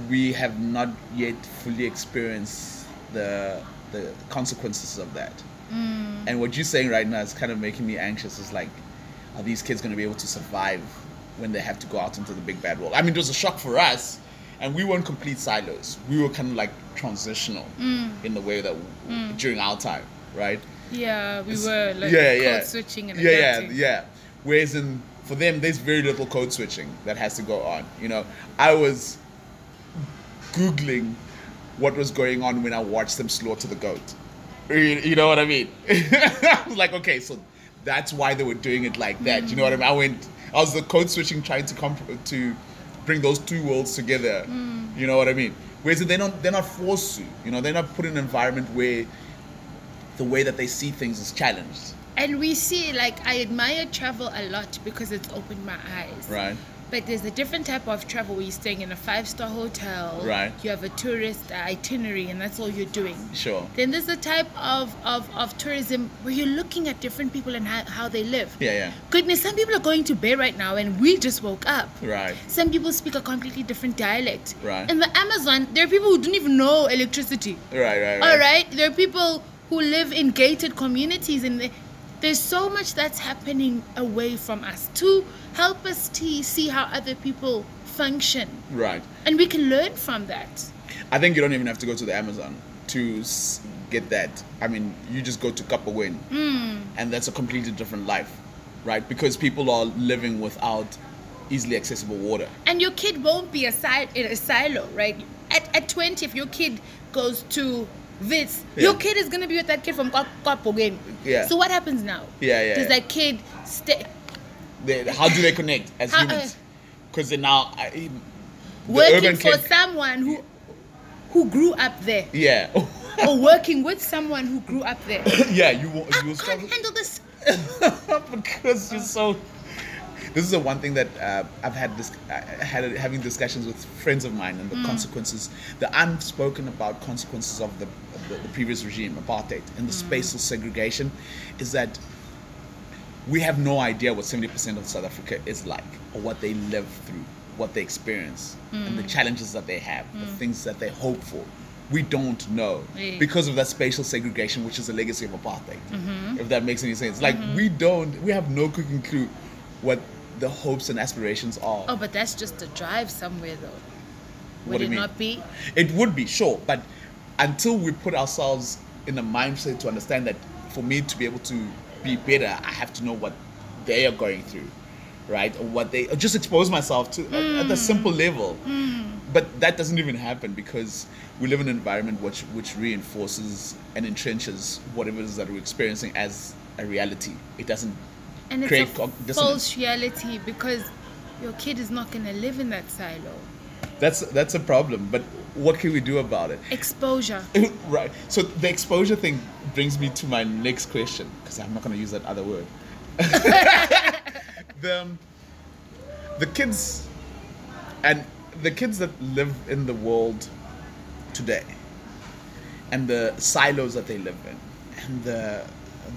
Speaker 1: we have not yet fully experienced the the consequences of that. And what you're saying right now is kind of making me anxious. Is like, are these kids going to be able to survive when they have to go out into the big bad world? I mean, it was a shock for us, and we weren't complete silos. We were kind of like transitional in the way that during our time, right?
Speaker 2: yeah, we were like
Speaker 1: yeah,
Speaker 2: code
Speaker 1: yeah,
Speaker 2: switching and
Speaker 1: yeah, yeah,
Speaker 2: adapting.
Speaker 1: yeah. Whereas in for them, there's very little code switching that has to go on. You know, I was googling what was going on when I watched them slaughter the goat. You, you know what I mean? I was like, okay, so that's why they were doing it like that. You know what I mean? I went, I was the code switching trying to comp- to bring those two worlds together.
Speaker 2: Mm.
Speaker 1: You know what I mean? Whereas they're not they're not forced to. You know, they're not put in an environment where the way that they see things is challenged.
Speaker 2: And we see, like, I admire travel a lot because it's opened my eyes.
Speaker 1: Right.
Speaker 2: But there's a different type of travel where you're staying in a five star hotel.
Speaker 1: Right.
Speaker 2: You have a tourist itinerary and that's all you're doing.
Speaker 1: Sure.
Speaker 2: Then there's a type of, of, of tourism where you're looking at different people and how, how they live.
Speaker 1: Yeah,
Speaker 2: Goodness, some people are going to bed right now and we just woke up.
Speaker 1: yeah. Right.
Speaker 2: Some people speak a completely different dialect.
Speaker 1: Right.
Speaker 2: In the Amazon, there are people who don't even know electricity.
Speaker 1: Right, right, right.
Speaker 2: All right, there are people who live in gated communities, and they- there's so much that's happening away from us to help us to see how other people function,
Speaker 1: Right.
Speaker 2: and we can learn from that.
Speaker 1: I think you don't even have to go to the Amazon to s- get that. I mean, you just go to Kapawin,
Speaker 2: Hmm.
Speaker 1: and that's a completely different life, right? Because people are living without easily accessible water.
Speaker 2: And your kid won't be a si- in a silo, right? At, at 20, if your kid goes to this, your
Speaker 1: Yeah.
Speaker 2: kid is going to be with that kid from Kwapo game.
Speaker 1: Yeah.
Speaker 2: So what happens now?
Speaker 1: Yeah, yeah,
Speaker 2: Does
Speaker 1: yeah.
Speaker 2: that kid stay?
Speaker 1: They, how do they connect as
Speaker 2: How- uh,
Speaker 1: humans? Because they now I, the
Speaker 2: Working
Speaker 1: urban
Speaker 2: for
Speaker 1: kid-
Speaker 2: someone who who grew up there.
Speaker 1: yeah,
Speaker 2: or working with someone who grew up there.
Speaker 1: yeah. You will,
Speaker 2: I
Speaker 1: you will
Speaker 2: can't
Speaker 1: struggle.
Speaker 2: handle this.
Speaker 1: because you're so. This is the one thing that uh, I've had this I I had having discussions with friends of mine and the consequences, the unspoken about consequences of the, the, the previous regime, apartheid, and the spatial segregation, is that we have no idea what 70% of South Africa is like or what they live through, what they experience, and the challenges that they have, the things that they hope for. We don't know
Speaker 2: Yeah.
Speaker 1: because of that spatial segregation, which is a legacy of apartheid,
Speaker 2: Mm-hmm.
Speaker 1: if that makes any sense. Like, we don't, we have no cooking clue what the hopes and aspirations are.
Speaker 2: Oh, but that's just a drive somewhere, though. Would
Speaker 1: What do
Speaker 2: it
Speaker 1: you mean?
Speaker 2: not be?
Speaker 1: It would be, sure, but until we put ourselves in a mindset to understand that for me to be able to be better, I have to know what they are going through, right? Or what they or just expose myself to at the simple
Speaker 2: Hmm.
Speaker 1: level. But that doesn't even happen because we live in an environment which which reinforces and entrenches whatever it is that we're experiencing as a reality. It doesn't
Speaker 2: And it's
Speaker 1: create
Speaker 2: a
Speaker 1: cog- dissonance.
Speaker 2: false reality because your kid is not going to live in that silo.
Speaker 1: That's that's a problem. But what can we do about it?
Speaker 2: Exposure.
Speaker 1: right. So the exposure thing brings me to my next question because I'm not going to use that other word. the, um, the kids and the kids that live in the world today and the silos that they live in and the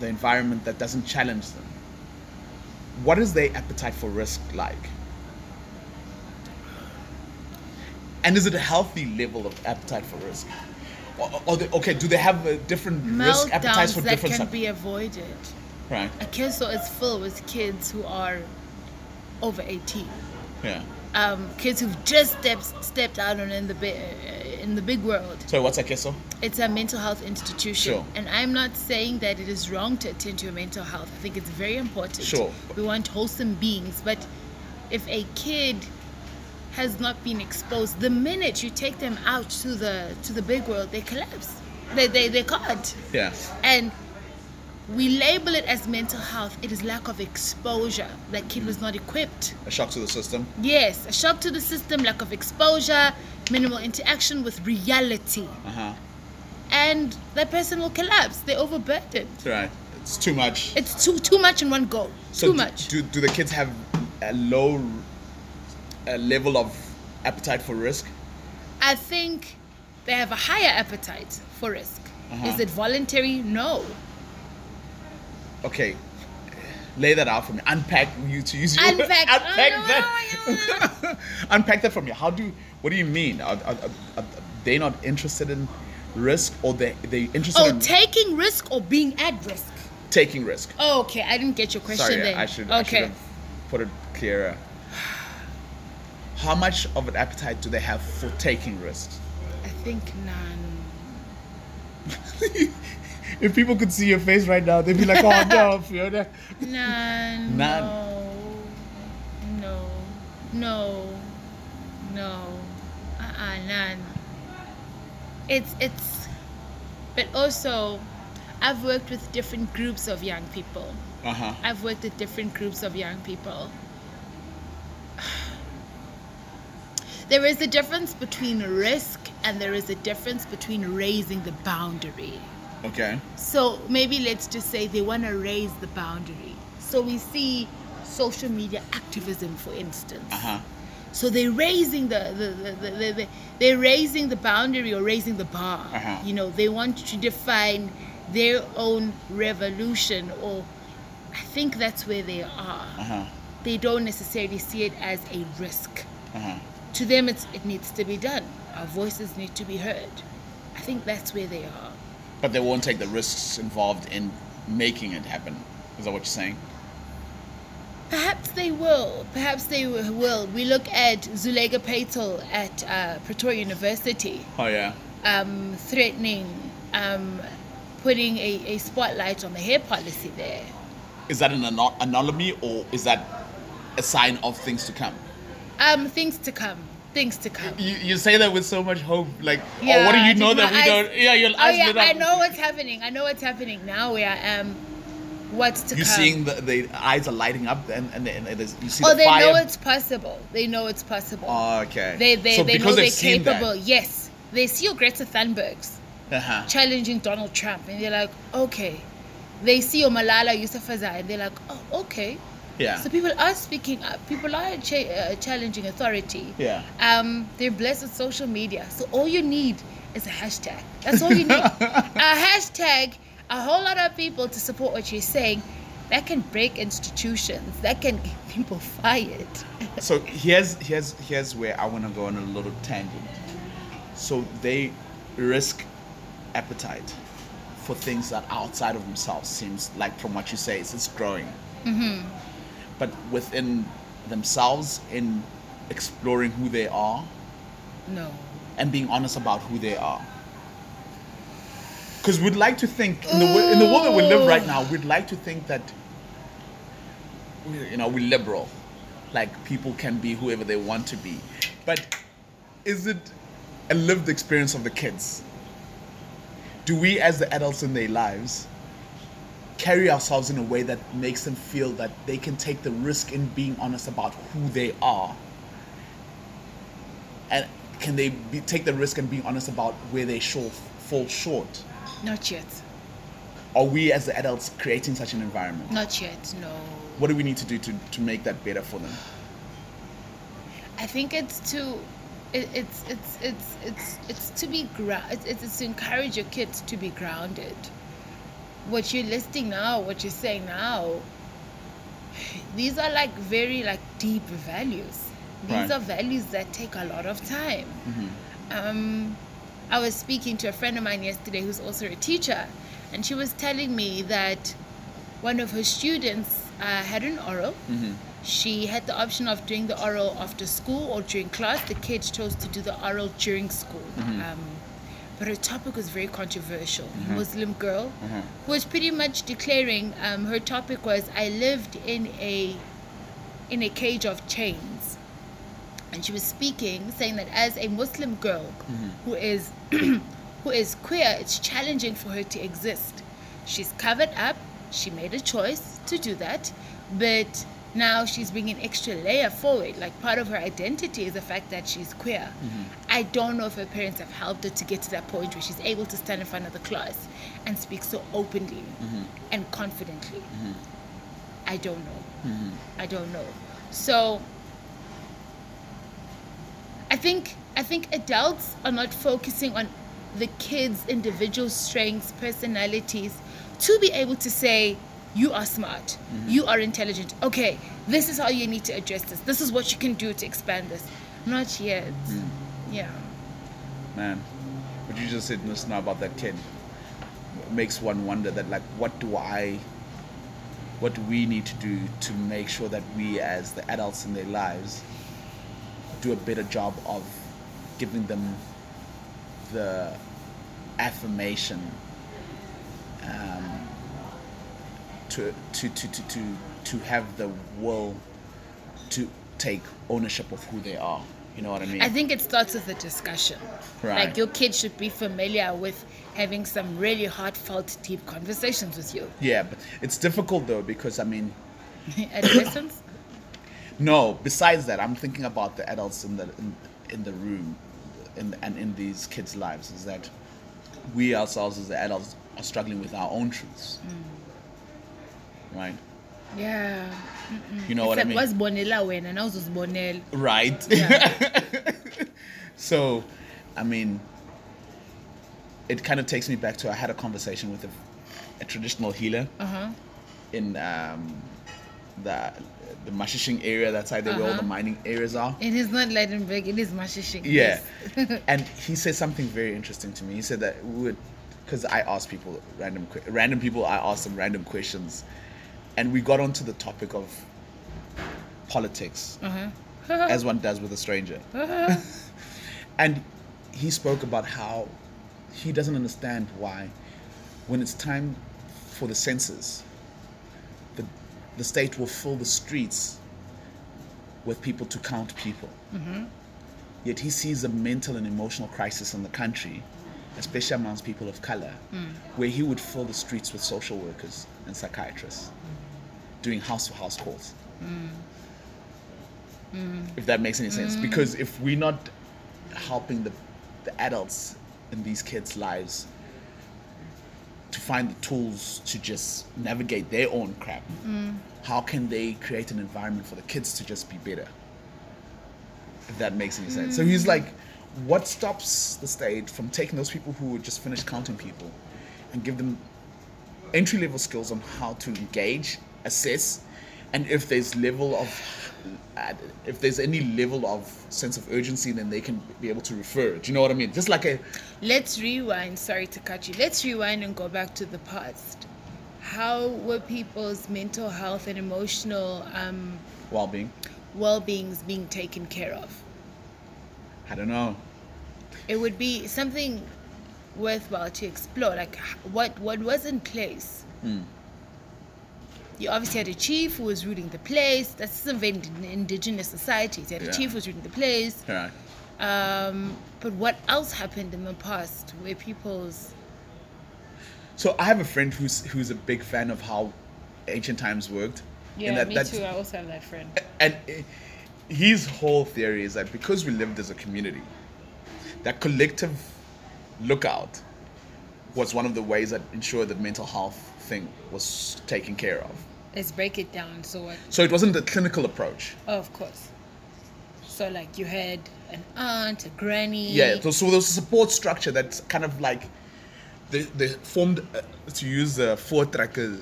Speaker 1: the environment that doesn't challenge them what is their appetite for risk like and is it a healthy level of appetite for risk or, or they, okay do they have a different risk appetite
Speaker 2: Meltdowns
Speaker 1: for
Speaker 2: that
Speaker 1: different
Speaker 2: can
Speaker 1: sub-
Speaker 2: be avoided.
Speaker 1: right
Speaker 2: A Akeso is filled with kids who are over 18.
Speaker 1: yeah
Speaker 2: Um, kids who've just stepped stepped out on in the bi- uh, in the big world.
Speaker 1: so what's a queso
Speaker 2: It's a mental health institution.
Speaker 1: Sure.
Speaker 2: And I'm not saying that it is wrong to attend to your mental health. I think it's very important.
Speaker 1: Sure.
Speaker 2: We want wholesome beings. But if a kid has not been exposed, the minute you take them out to the to the big world, they collapse. They they, they can't.
Speaker 1: yeah
Speaker 2: And we label it as mental health. It is lack of exposure. That kid was not equipped.
Speaker 1: a shock to the system
Speaker 2: Yes, a shock to the system, lack of exposure, minimal interaction with reality
Speaker 1: uh-huh
Speaker 2: and that person will collapse. They're overburdened.
Speaker 1: right it's too much
Speaker 2: It's too too much in one go.
Speaker 1: So
Speaker 2: too
Speaker 1: d-
Speaker 2: much.
Speaker 1: Do, do the kids have a low a level of appetite for risk?
Speaker 2: I think they have a higher appetite for risk.
Speaker 1: Uh-huh.
Speaker 2: Is it voluntary? No.
Speaker 1: Okay, lay that out for me. Unpack you to use your
Speaker 2: Unpack.
Speaker 1: unpack
Speaker 2: Oh, no,
Speaker 1: that. unpack that for me. How do? What do you mean? Are, are, are, are they not interested in risk, or they they interested
Speaker 2: Oh,
Speaker 1: in
Speaker 2: taking risk or being at risk. Oh,
Speaker 1: taking risk?
Speaker 2: okay, I didn't get your question
Speaker 1: Sorry,
Speaker 2: then.
Speaker 1: I should,
Speaker 2: Okay.
Speaker 1: I should have put it clearer. How much of an appetite do they have for taking risks?
Speaker 2: I think none.
Speaker 1: if people could see your face right now, they'd be like, "Oh no, Fiona."
Speaker 2: None.
Speaker 1: None.
Speaker 2: No. No. No. No. Uh-uh, none. It's it's but also I've worked with different groups of young people.
Speaker 1: Uh huh.
Speaker 2: I've worked with different groups of young people. There is a difference between risk and there is a difference between raising the boundary.
Speaker 1: Okay.
Speaker 2: So maybe let's just say they want to raise the boundary. So we see social media activism, for instance.
Speaker 1: Uh huh.
Speaker 2: So they're raising the, the, the, the, the, the they're raising the boundary or raising the bar.
Speaker 1: Uh-huh.
Speaker 2: You know, they want to define their own revolution, or I think that's where they are.
Speaker 1: Uh huh.
Speaker 2: They don't necessarily see it as a risk.
Speaker 1: Uh huh.
Speaker 2: To them, it's, it needs to be done. Our voices need to be heard. I think that's where they are.
Speaker 1: But they won't take the risks involved in making it happen. Is that what you're saying?
Speaker 2: Perhaps they will. Perhaps they w- will. We look at Zuleika Peitel at uh, Pretoria University
Speaker 1: Oh yeah.
Speaker 2: um, threatening um, putting a, a spotlight on the hair policy there.
Speaker 1: Is that an ano- anomaly or is that a sign of things to come?
Speaker 2: Um, things to come. Things to come.
Speaker 1: You, you say that with so much hope. Like, oh,
Speaker 2: Yeah,
Speaker 1: what do
Speaker 2: I
Speaker 1: you
Speaker 2: did
Speaker 1: know that
Speaker 2: my
Speaker 1: we
Speaker 2: eyes-
Speaker 1: don't? Yeah, your
Speaker 2: Oh
Speaker 1: eyes
Speaker 2: yeah,
Speaker 1: lit up.
Speaker 2: I know what's happening. I know what's happening now. Where I am, what's to
Speaker 1: You're
Speaker 2: come?
Speaker 1: seeing the, the eyes are lighting up, and and, and, there's- you see
Speaker 2: oh,
Speaker 1: the
Speaker 2: they
Speaker 1: fire. Oh,
Speaker 2: know it's possible. They know it's possible.
Speaker 1: okay.
Speaker 2: they they,
Speaker 1: so
Speaker 2: they
Speaker 1: because
Speaker 2: know they're
Speaker 1: they've seen that-
Speaker 2: capable. Yes, they see your Greta Thunbergs
Speaker 1: Uh-huh.
Speaker 2: challenging Donald Trump, and they're like, okay. They see your Malala Yousafzai, and they're like, oh, okay.
Speaker 1: Yeah.
Speaker 2: So people are speaking up. People are cha- uh, challenging authority.
Speaker 1: Yeah.
Speaker 2: Um, they're blessed with social media. So all you need is a hashtag. That's all you need. a hashtag, a whole lot of people to support what you're saying. That can break institutions. That can get people fired.
Speaker 1: so here's here's here's where I want to go on a little tangent. So they risk appetite for things that are outside of themselves seems like from what you say it's, it's growing. Mm-hmm. But within themselves, in exploring who they are
Speaker 2: No.
Speaker 1: and being honest about who they are. Because we'd like to think in the, wo- in the world that we live right now, we'd like to think that we- you know we're liberal, like people can be whoever they want to be. But is it a lived experience of the kids? Do we, as the adults in their lives, carry ourselves in a way that makes them feel that they can take the risk in being honest about who they are? And can they be, take the risk in being honest about where they shall fall short?
Speaker 2: Not yet.
Speaker 1: Are we, as the adults, creating such an environment?
Speaker 2: Not yet. No.
Speaker 1: What do we need to do to, to make that better for them?
Speaker 2: I think it's to, it, it's it's it's it's it's to be ground. It's, it's it's to encourage your kids to be grounded. What you're listing now, what you're saying now, these are like very like deep values. These
Speaker 1: Right.
Speaker 2: are values that take a lot of time. Um, I was speaking to a friend of mine yesterday who's also a teacher, and she was telling me that one of her students uh, had an oral. She had the option of doing the oral after school or during class. The kids chose to do the oral during school. Um, but her topic was very controversial. A Muslim girl who was pretty much declaring um, her topic was I lived in a in a cage of chains. And she was speaking, saying that as a Muslim girl who is who is queer, it's challenging for her to exist. She's covered up, she made a choice to do that, but now she's bringing an extra layer forward. Like part of her identity is the fact that she's queer. I don't know if her parents have helped her to get to that point where she's able to stand in front of the class and speak so openly and confidently. I don't know. I don't know. So I think I think adults are not focusing on the kids' individual strengths, personalities, to be able to say, you are smart,
Speaker 1: Mm-hmm.
Speaker 2: you are intelligent. Okay, this is how you need to address this. This is what you can do to expand this. Not yet.
Speaker 1: Mm-hmm.
Speaker 2: Yeah.
Speaker 1: Man, what you just said just now about that kid makes one wonder that like what do I what do we need to do to make sure that we as the adults in their lives do a better job of giving them the affirmation um, to, to, to, to, to, to have the will to take ownership of who they are. You know what I mean?
Speaker 2: I think it starts with the discussion.
Speaker 1: Right.
Speaker 2: Like your kids should be familiar with having some really heartfelt, deep conversations with you.
Speaker 1: Yeah, but it's difficult though because I mean,
Speaker 2: Adolescents?
Speaker 1: no. Besides that, I'm thinking about the adults in the in, in the room, in, and in these kids' lives is that we ourselves as the adults are struggling with our own truths, right?
Speaker 2: yeah.
Speaker 1: You know
Speaker 2: It's
Speaker 1: what I
Speaker 2: like
Speaker 1: mean?
Speaker 2: wazibonela wena nawuzozibonela
Speaker 1: Right. so, I mean, it kind of takes me back to I had a conversation with a, a traditional healer
Speaker 2: uh-huh
Speaker 1: in um, the the Mashishing area. That's how where all
Speaker 2: Uh-huh.
Speaker 1: the mining areas are.
Speaker 2: It is not Leidenberg, it is Mashishing.
Speaker 1: Yeah.
Speaker 2: yes.
Speaker 1: and he said something very interesting to me. He said that we would, because I asked people random que- random people, I asked them random questions, and we got onto the topic of politics as one does with a stranger. and he spoke about how he doesn't understand why, when it's time for the census, the, the state will fill the streets with people to count people. Yet he sees a mental and emotional crisis in the country, especially amongst people of color, where he would fill the streets with social workers and psychiatrists doing house to house calls. If that makes any sense. Because if we're not helping the, the adults in these kids' lives to find the tools to just navigate their own crap, how can they create an environment for the kids to just be better? If that makes any sense. So he's like, what stops the state from taking those people who would just finish counting people and give them entry level skills on how to engage, assess, and if there's level of uh, if there's any level of sense of urgency, then they can be able to refer. Do you know what I mean? Just like a
Speaker 2: Let's rewind. Sorry to cut you. Let's rewind and go back to the past. How were people's mental health and emotional um,
Speaker 1: well-being.
Speaker 2: well beings being taken care of?
Speaker 1: I don't know.
Speaker 2: It would be something worthwhile to explore, like h- what what was in place.
Speaker 1: Hmm.
Speaker 2: You obviously had a chief who was ruling the place. That's some very ind- indigenous societies. You had
Speaker 1: Yeah.
Speaker 2: a chief who was ruling the place.
Speaker 1: All right.
Speaker 2: Um, but what else happened in the past where people's
Speaker 1: So I have a friend who's who's a big fan of how ancient times worked. and that, that's,
Speaker 2: I also have that friend.
Speaker 1: And eh, his whole theory is that because we lived as a community, that collective lookout was one of the ways that ensured that mental health thing was taken care of.
Speaker 2: Let's break it down. So what?
Speaker 1: So it wasn't the clinical approach.
Speaker 2: Oh, of course. So like you had an aunt, a granny.
Speaker 1: Yeah, so, so there was a support structure that's kind of like they, they formed, uh, to use the four tracker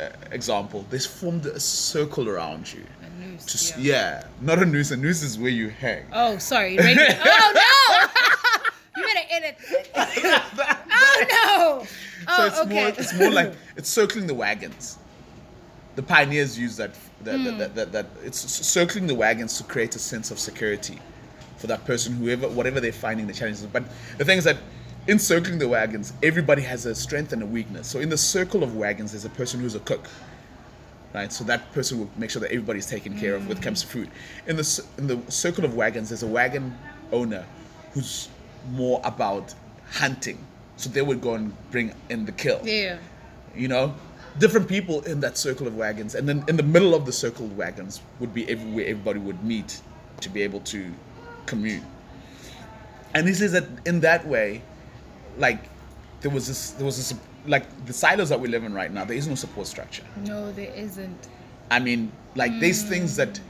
Speaker 1: uh, example, they formed a circle around you.
Speaker 2: A noose,
Speaker 1: To, s-
Speaker 2: yeah.
Speaker 1: yeah. not a noose. A noose is where you hang.
Speaker 2: Oh, sorry. radio- oh no! you better edit. that. Oh no!
Speaker 1: so
Speaker 2: Oh,
Speaker 1: it's
Speaker 2: okay.
Speaker 1: more it's more like it's circling the wagons. The pioneers use that that,
Speaker 2: Hmm.
Speaker 1: that, that, that it's s- circling the wagons to create a sense of security for that person, whoever whatever they're finding the challenges. But the thing is that in circling the wagons, everybody has a strength and a weakness. So in the circle of wagons, there's a person who's a cook. Right, so that person will make sure that everybody's taken care of when it comes to food. In the c- in the circle of wagons, there's a wagon owner who's more about hunting, so they would go and bring in the kill
Speaker 2: yeah.
Speaker 1: you know different people in that circle of wagons and then in the middle of the circle of wagons would be every, where everybody would meet to be able to commune and he says that in that way like there was this there was this like the silos that we live in right now there is no support structure
Speaker 2: No, there isn't.
Speaker 1: i mean like
Speaker 2: Mm.
Speaker 1: there's things that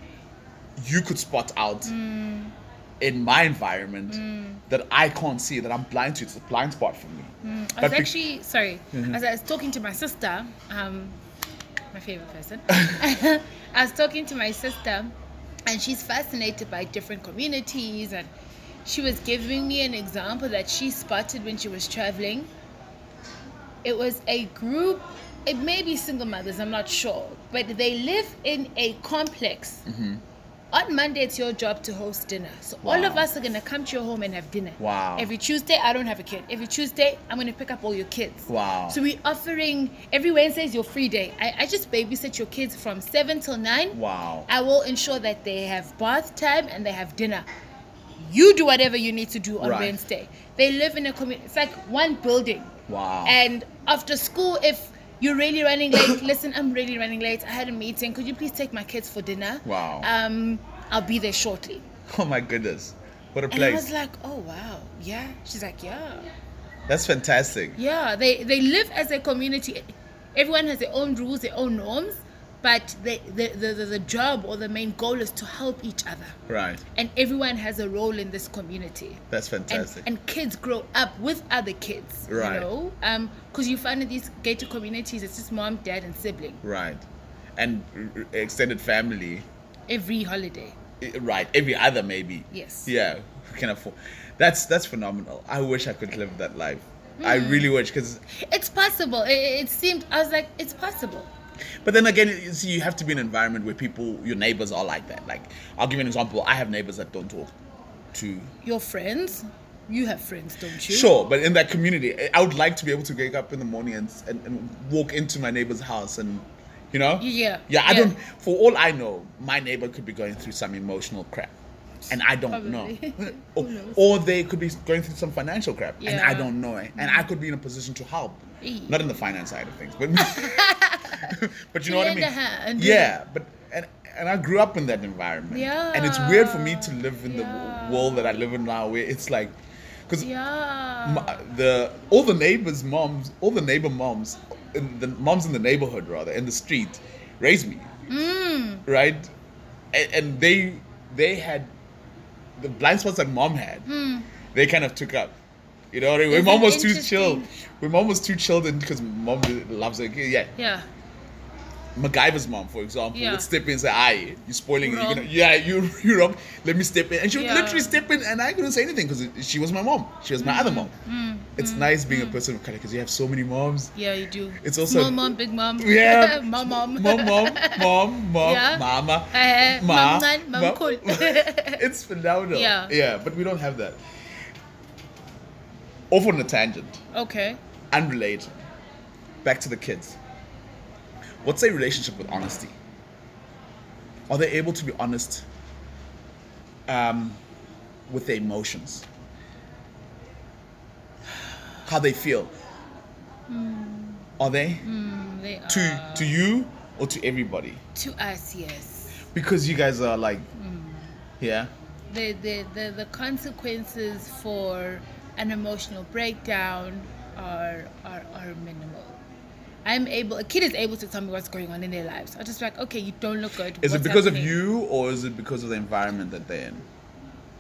Speaker 1: you could spot out
Speaker 2: Mm.
Speaker 1: in my environment that i can't see that i'm blind to it's a blind spot for me
Speaker 2: Um, I was
Speaker 1: But be-
Speaker 2: Mm. actually sorry. As I was talking to my sister, um, my favorite person. I was talking to my sister, and she's fascinated by different communities, and she was giving me an example that she spotted when she was traveling. It was a group. It may be single mothers. I'm not sure, but they live in a complex. On Monday, it's your job to host dinner. So all of
Speaker 1: Wow.
Speaker 2: us are gonna come to your home and have dinner.
Speaker 1: Wow.
Speaker 2: Every Tuesday, I don't have a kid. Every Tuesday, I'm gonna pick up all your kids.
Speaker 1: Wow.
Speaker 2: So we're offering every Wednesday is your free day. I, I just babysit your kids from seven till nine.
Speaker 1: wow
Speaker 2: I will ensure that they have bath time and they have dinner. You do whatever you need to do on
Speaker 1: Right.
Speaker 2: Wednesday. They live in a community. It's like one building.
Speaker 1: wow
Speaker 2: And after school, if you're really running late, listen, I'm really running late. I had a meeting. Could you please take my kids for dinner?
Speaker 1: Wow.
Speaker 2: Um, I'll be there shortly.
Speaker 1: Oh my goodness. What a
Speaker 2: And I was
Speaker 1: place.
Speaker 2: like, oh wow, yeah. She's like, yeah.
Speaker 1: That's fantastic.
Speaker 2: Yeah, they they live as a community. Everyone has their own rules, their own norms, but they, the, the the the job or the main goal is to help each other,
Speaker 1: Right.
Speaker 2: and everyone has a role in this community.
Speaker 1: That's
Speaker 2: And,
Speaker 1: fantastic.
Speaker 2: and kids grow up with other kids,
Speaker 1: Right.
Speaker 2: you know, because you find in these gated communities, it's just mom, dad, and sibling
Speaker 1: right. And r- r- extended family.
Speaker 2: every holiday.
Speaker 1: I- Right. Every other maybe.
Speaker 2: Yes.
Speaker 1: Yeah. Who can afford? That's that's phenomenal. I wish I could live
Speaker 2: Hmm.
Speaker 1: that life. I really wish because
Speaker 2: It's possible. It, it seemed I was like, it's possible.
Speaker 1: But then again, you see, you have to be in an environment where people, your neighbors are like that. Like, I'll give you an example. I have neighbors that don't talk to.
Speaker 2: Your friends, you have friends, don't you?
Speaker 1: Sure, but in that community, I- I would like to be able to wake up in the morning and, and, and walk into my neighbor's house and, you know?
Speaker 2: Yeah,
Speaker 1: Yeah, I
Speaker 2: yeah.
Speaker 1: don't. For all I know, my neighbor could be going through some emotional crap. And I don't
Speaker 2: Probably.
Speaker 1: know.
Speaker 2: Who
Speaker 1: or,
Speaker 2: knows?
Speaker 1: or they could be going through some financial crap. And I
Speaker 2: Yeah.
Speaker 1: don't know. it. And I could be in a position to help.
Speaker 2: Yeah.
Speaker 1: Not in the finance side of things, but. but you
Speaker 2: To
Speaker 1: know what I
Speaker 2: lend
Speaker 1: mean?
Speaker 2: a hand.
Speaker 1: Yeah, but. And, and I grew up in that environment. And it's weird for me to live in
Speaker 2: Yeah.
Speaker 1: the world that I live in now where it's like. Because
Speaker 2: Yeah.
Speaker 1: my, the all the neighbors' moms, all the neighbor moms, in the moms in the neighborhood rather in the street, raised me, right? And, and they they had the blind spots that mom had. They kind of took up. You know, what I mean? where
Speaker 2: Isn't
Speaker 1: mom was too
Speaker 2: interesting?
Speaker 1: chill. Where mom was too chilled, and because mom really loves her kid. Yeah,
Speaker 2: yeah.
Speaker 1: MacGyver's mom, for example,
Speaker 2: Yeah.
Speaker 1: would step in and say, "Aye, you're spoiling it. You're
Speaker 2: Wrong.
Speaker 1: gonna, yeah, you you're wrong. Let me step in." And she would
Speaker 2: Yeah.
Speaker 1: literally step in, and I couldn't say anything because she was my mom. She was my
Speaker 2: Mm-hmm.
Speaker 1: other mom. It's nice being a person of color because you have so many moms.
Speaker 2: Yeah, you do.
Speaker 1: It's also-
Speaker 2: small mom, big mom.
Speaker 1: Yeah,
Speaker 2: mom, mom,
Speaker 1: mom, mom, mom, mom,
Speaker 2: Yeah.
Speaker 1: mama,
Speaker 2: Eh,
Speaker 1: ma,
Speaker 2: mom, nan, mom,
Speaker 1: mom.
Speaker 2: cool.
Speaker 1: it's phenomenal.
Speaker 2: Yeah.
Speaker 1: yeah, but we don't have that. Off on a tangent.
Speaker 2: okay.
Speaker 1: unrelated. Back to the kids. What's their relationship with honesty? Are they able to be honest um, with their emotions? How they feel? Are they
Speaker 2: Mm, they
Speaker 1: to
Speaker 2: are-
Speaker 1: to you or to everybody?
Speaker 2: to us, yes.
Speaker 1: Because you guys are like,
Speaker 2: Hmm.
Speaker 1: yeah,
Speaker 2: The, the the the consequences for an emotional breakdown are are are minimal. I'm able. A kid is able to tell me what's going on in their lives. I'll just be like, okay, you don't look good.
Speaker 1: is it
Speaker 2: What's
Speaker 1: because
Speaker 2: happening?"
Speaker 1: of you or is it because of the environment that they're in?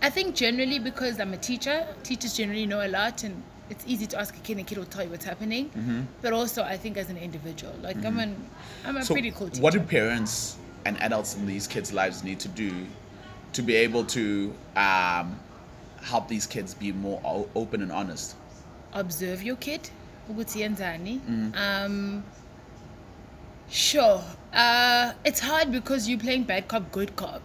Speaker 2: I think generally because I'm a teacher, teachers generally know a lot and it's easy to ask a kid and a kid will tell you what's happening.
Speaker 1: Mm-hmm.
Speaker 2: But also I think as an individual, like I'm an I'm a
Speaker 1: So
Speaker 2: pretty cool teacher.
Speaker 1: what do parents and adults in these kids' lives need to do to be able to um, help these kids be more o- open and honest?
Speaker 2: Observe your kid, ukuthi yenzani.
Speaker 1: Mm-hmm.
Speaker 2: Um sure. Uh it's hard because you're playing bad cop, good cop.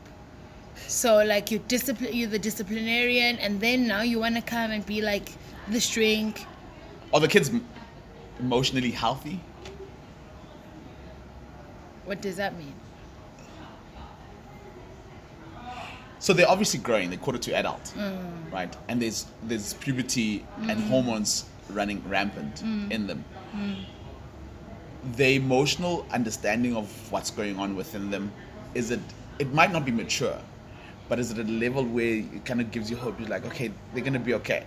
Speaker 2: So like you discipline you're the disciplinarian and then now you wanna come and be like the string.
Speaker 1: Are the kids m- emotionally healthy?
Speaker 2: What does that mean?
Speaker 1: So they're obviously growing. They're quarter to adult, right? And there's there's puberty and hormones running rampant in them. The emotional understanding of what's going on within them is it it might not be mature, but is it a level where it kind of gives you hope? You're like, okay, they're gonna be okay.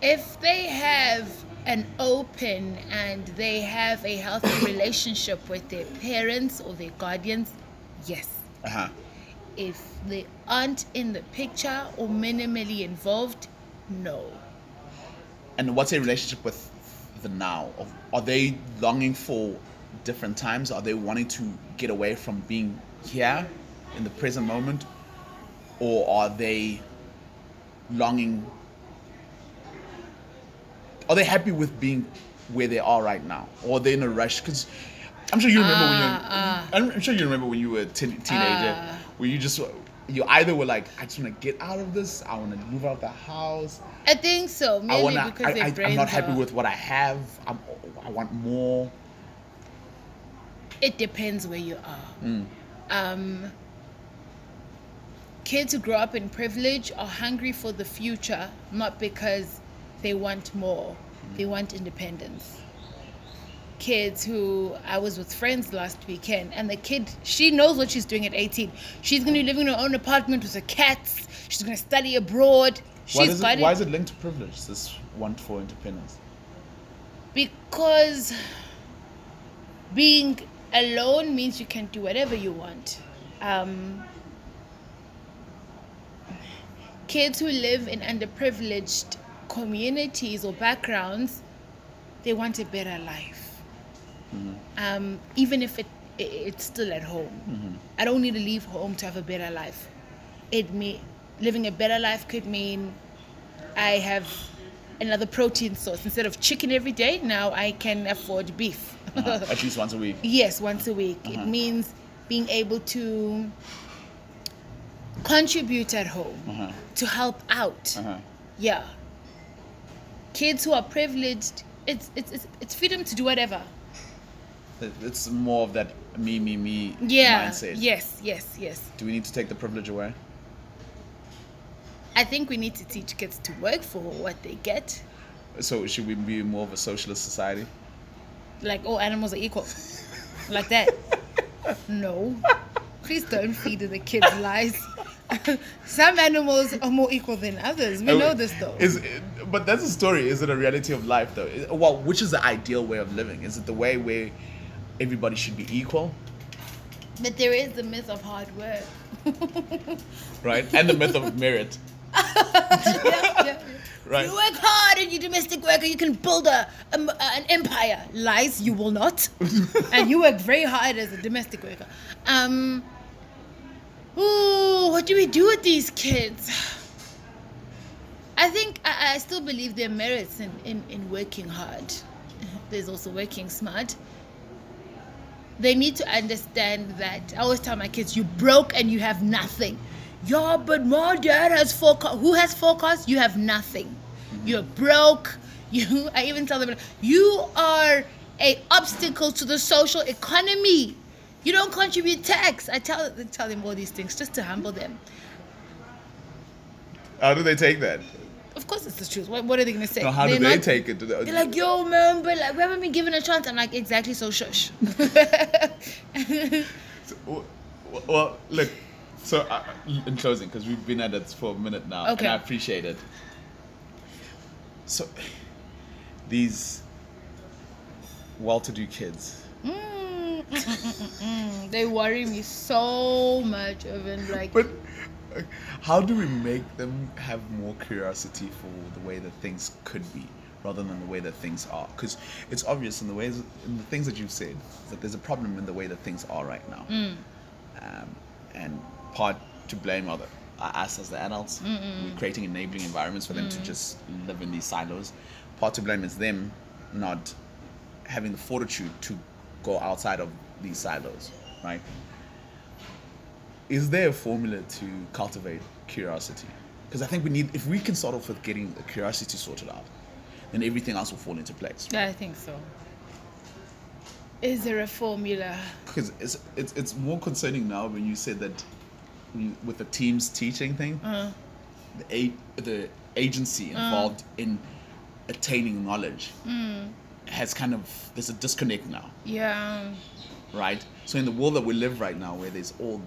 Speaker 2: if they have an open and they have a healthy relationship with their parents or their guardians, yes.
Speaker 1: Uh huh.
Speaker 2: If they aren't in the picture or minimally involved, no.
Speaker 1: And what's their relationship with the now? Of are they longing for different times? Are they wanting to get away from being here in the present moment, or are they longing? Are they happy with being where they are right now, or are they in a rush? Because I'm sure you remember
Speaker 2: Ah,
Speaker 1: when you. I'm sure you remember when you were a teen- teenager,
Speaker 2: Ah.
Speaker 1: where you just you either were like, I just want to get out of this. I want to move out of the house.
Speaker 2: I think so.
Speaker 1: I
Speaker 2: Maybe
Speaker 1: want to.
Speaker 2: because their
Speaker 1: I, I,
Speaker 2: brains
Speaker 1: I'm not happy
Speaker 2: are-
Speaker 1: with what I have. I'm, I want more.
Speaker 2: it depends where you are.
Speaker 1: Mm.
Speaker 2: Um, kids who grow up in privilege are hungry for the future, not because they want more, they
Speaker 1: Mm.
Speaker 2: want independence. Kids who I was with friends last weekend, and the kid, she knows what she's doing at 18. She's gonna be living in her own apartment with her cats, she's gonna study abroad.
Speaker 1: Why,
Speaker 2: She's
Speaker 1: does
Speaker 2: got
Speaker 1: it,
Speaker 2: it
Speaker 1: why is it linked to privilege? This want for independence.
Speaker 2: because being alone means you can do whatever you want. Um, kids who live in underprivileged communities or backgrounds, they want a better life. Um, even if it, i it's still at home, I don't need to leave home to have a better life. It me living a better life could mean I have another protein source instead of chicken every day. Now I can afford beef.
Speaker 1: Uh, at least once a week.
Speaker 2: Yes, once a week.
Speaker 1: Uh-huh.
Speaker 2: It means being able to contribute at home,
Speaker 1: Uh-huh.
Speaker 2: to help out.
Speaker 1: Uh-huh.
Speaker 2: Yeah. Kids who are privileged, it's, it's, it's, it's freedom to do whatever.
Speaker 1: It- It's more of that me, me, me
Speaker 2: Yeah.
Speaker 1: mindset.
Speaker 2: Yes, yes, yes.
Speaker 1: Do we need to take the privilege away?
Speaker 2: I think we need to teach kids to work for what they get.
Speaker 1: So should we be more of a socialist society?
Speaker 2: Like all animals are equal. Like that. No. Please don't feed the kids lies. Some animals are more equal than others. We know this though.
Speaker 1: Oh, Is it- but that's a story. Is it a reality of life though? Is- Well, which is the ideal way of living? Is it the way where everybody should be equal,
Speaker 2: But there is the myth of hard work.
Speaker 1: right? And the myth of merit, right?
Speaker 2: You work hard and you domestic worker, you can build a, um, an empire. Lies, you will not. and you work very hard as a domestic worker. Um, ooh, what do we do with these kids? I think I, I still believe there are merits in, in, in working hard. There's also working smart. They need to understand that. I always tell my kids, you broke and you have nothing. Yeah, but my dad has four cars. Who has four cars? You have nothing. You're broke. You. I even tell them, you are a obstacle to the social economy. You don't contribute tax. I tell tell them all these things just to humble them.
Speaker 1: How do they take that?
Speaker 2: Of course, it's the truth. What, what are they gonna say?
Speaker 1: Or how do
Speaker 2: They're
Speaker 1: they
Speaker 2: not-
Speaker 1: take it? Do they-
Speaker 2: They're like, yo, man, but like, we haven't been given a chance. I'm like, exactly, so shush.
Speaker 1: Well, well, look. So uh, in closing, because we've been at it for a minute now,
Speaker 2: Okay.
Speaker 1: and I appreciate it. So these well-to-do kids.
Speaker 2: Mm, mm, mm, mm, mm. they worry me so much, even like
Speaker 1: But uh, how do we make them have more curiosity for the way that things could be, rather than the way that things are? Because it's obvious in the ways, in the things that you've said, that there's a problem in the way that things are right now, um, and part to blame other uh, us as the adults. We're creating enabling environments for them to just live in these silos. Part to blame is them not having the fortitude to go outside of these silos, right? is there a formula to cultivate curiosity? Because I think we need, if we can start off with getting the curiosity sorted out, then everything else will fall into place.
Speaker 2: I think so. Is there a formula?
Speaker 1: Because it's, it's it's more concerning now when you said that you- with the teams teaching thing, the a, the agency involved in attaining knowledge has kind of there's a disconnect now.
Speaker 2: Yeah.
Speaker 1: right? So in the world that we live right now, where there's all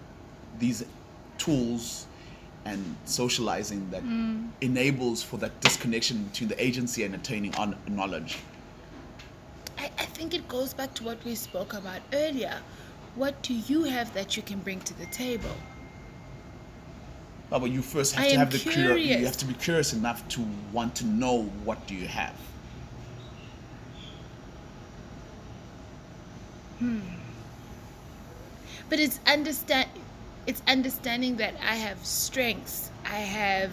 Speaker 1: these tools and socializing that
Speaker 2: Mm.
Speaker 1: enables for that disconnection between the agency and attaining on knowledge.
Speaker 2: I, I think it goes back to what we spoke about earlier. What do you have that you can bring to the table?
Speaker 1: No, but you first have
Speaker 2: I
Speaker 1: to
Speaker 2: am
Speaker 1: have the curi-
Speaker 2: curious.
Speaker 1: you have to be curious enough to want to know what do you have.
Speaker 2: But it's understand it's understanding that I have strengths. I have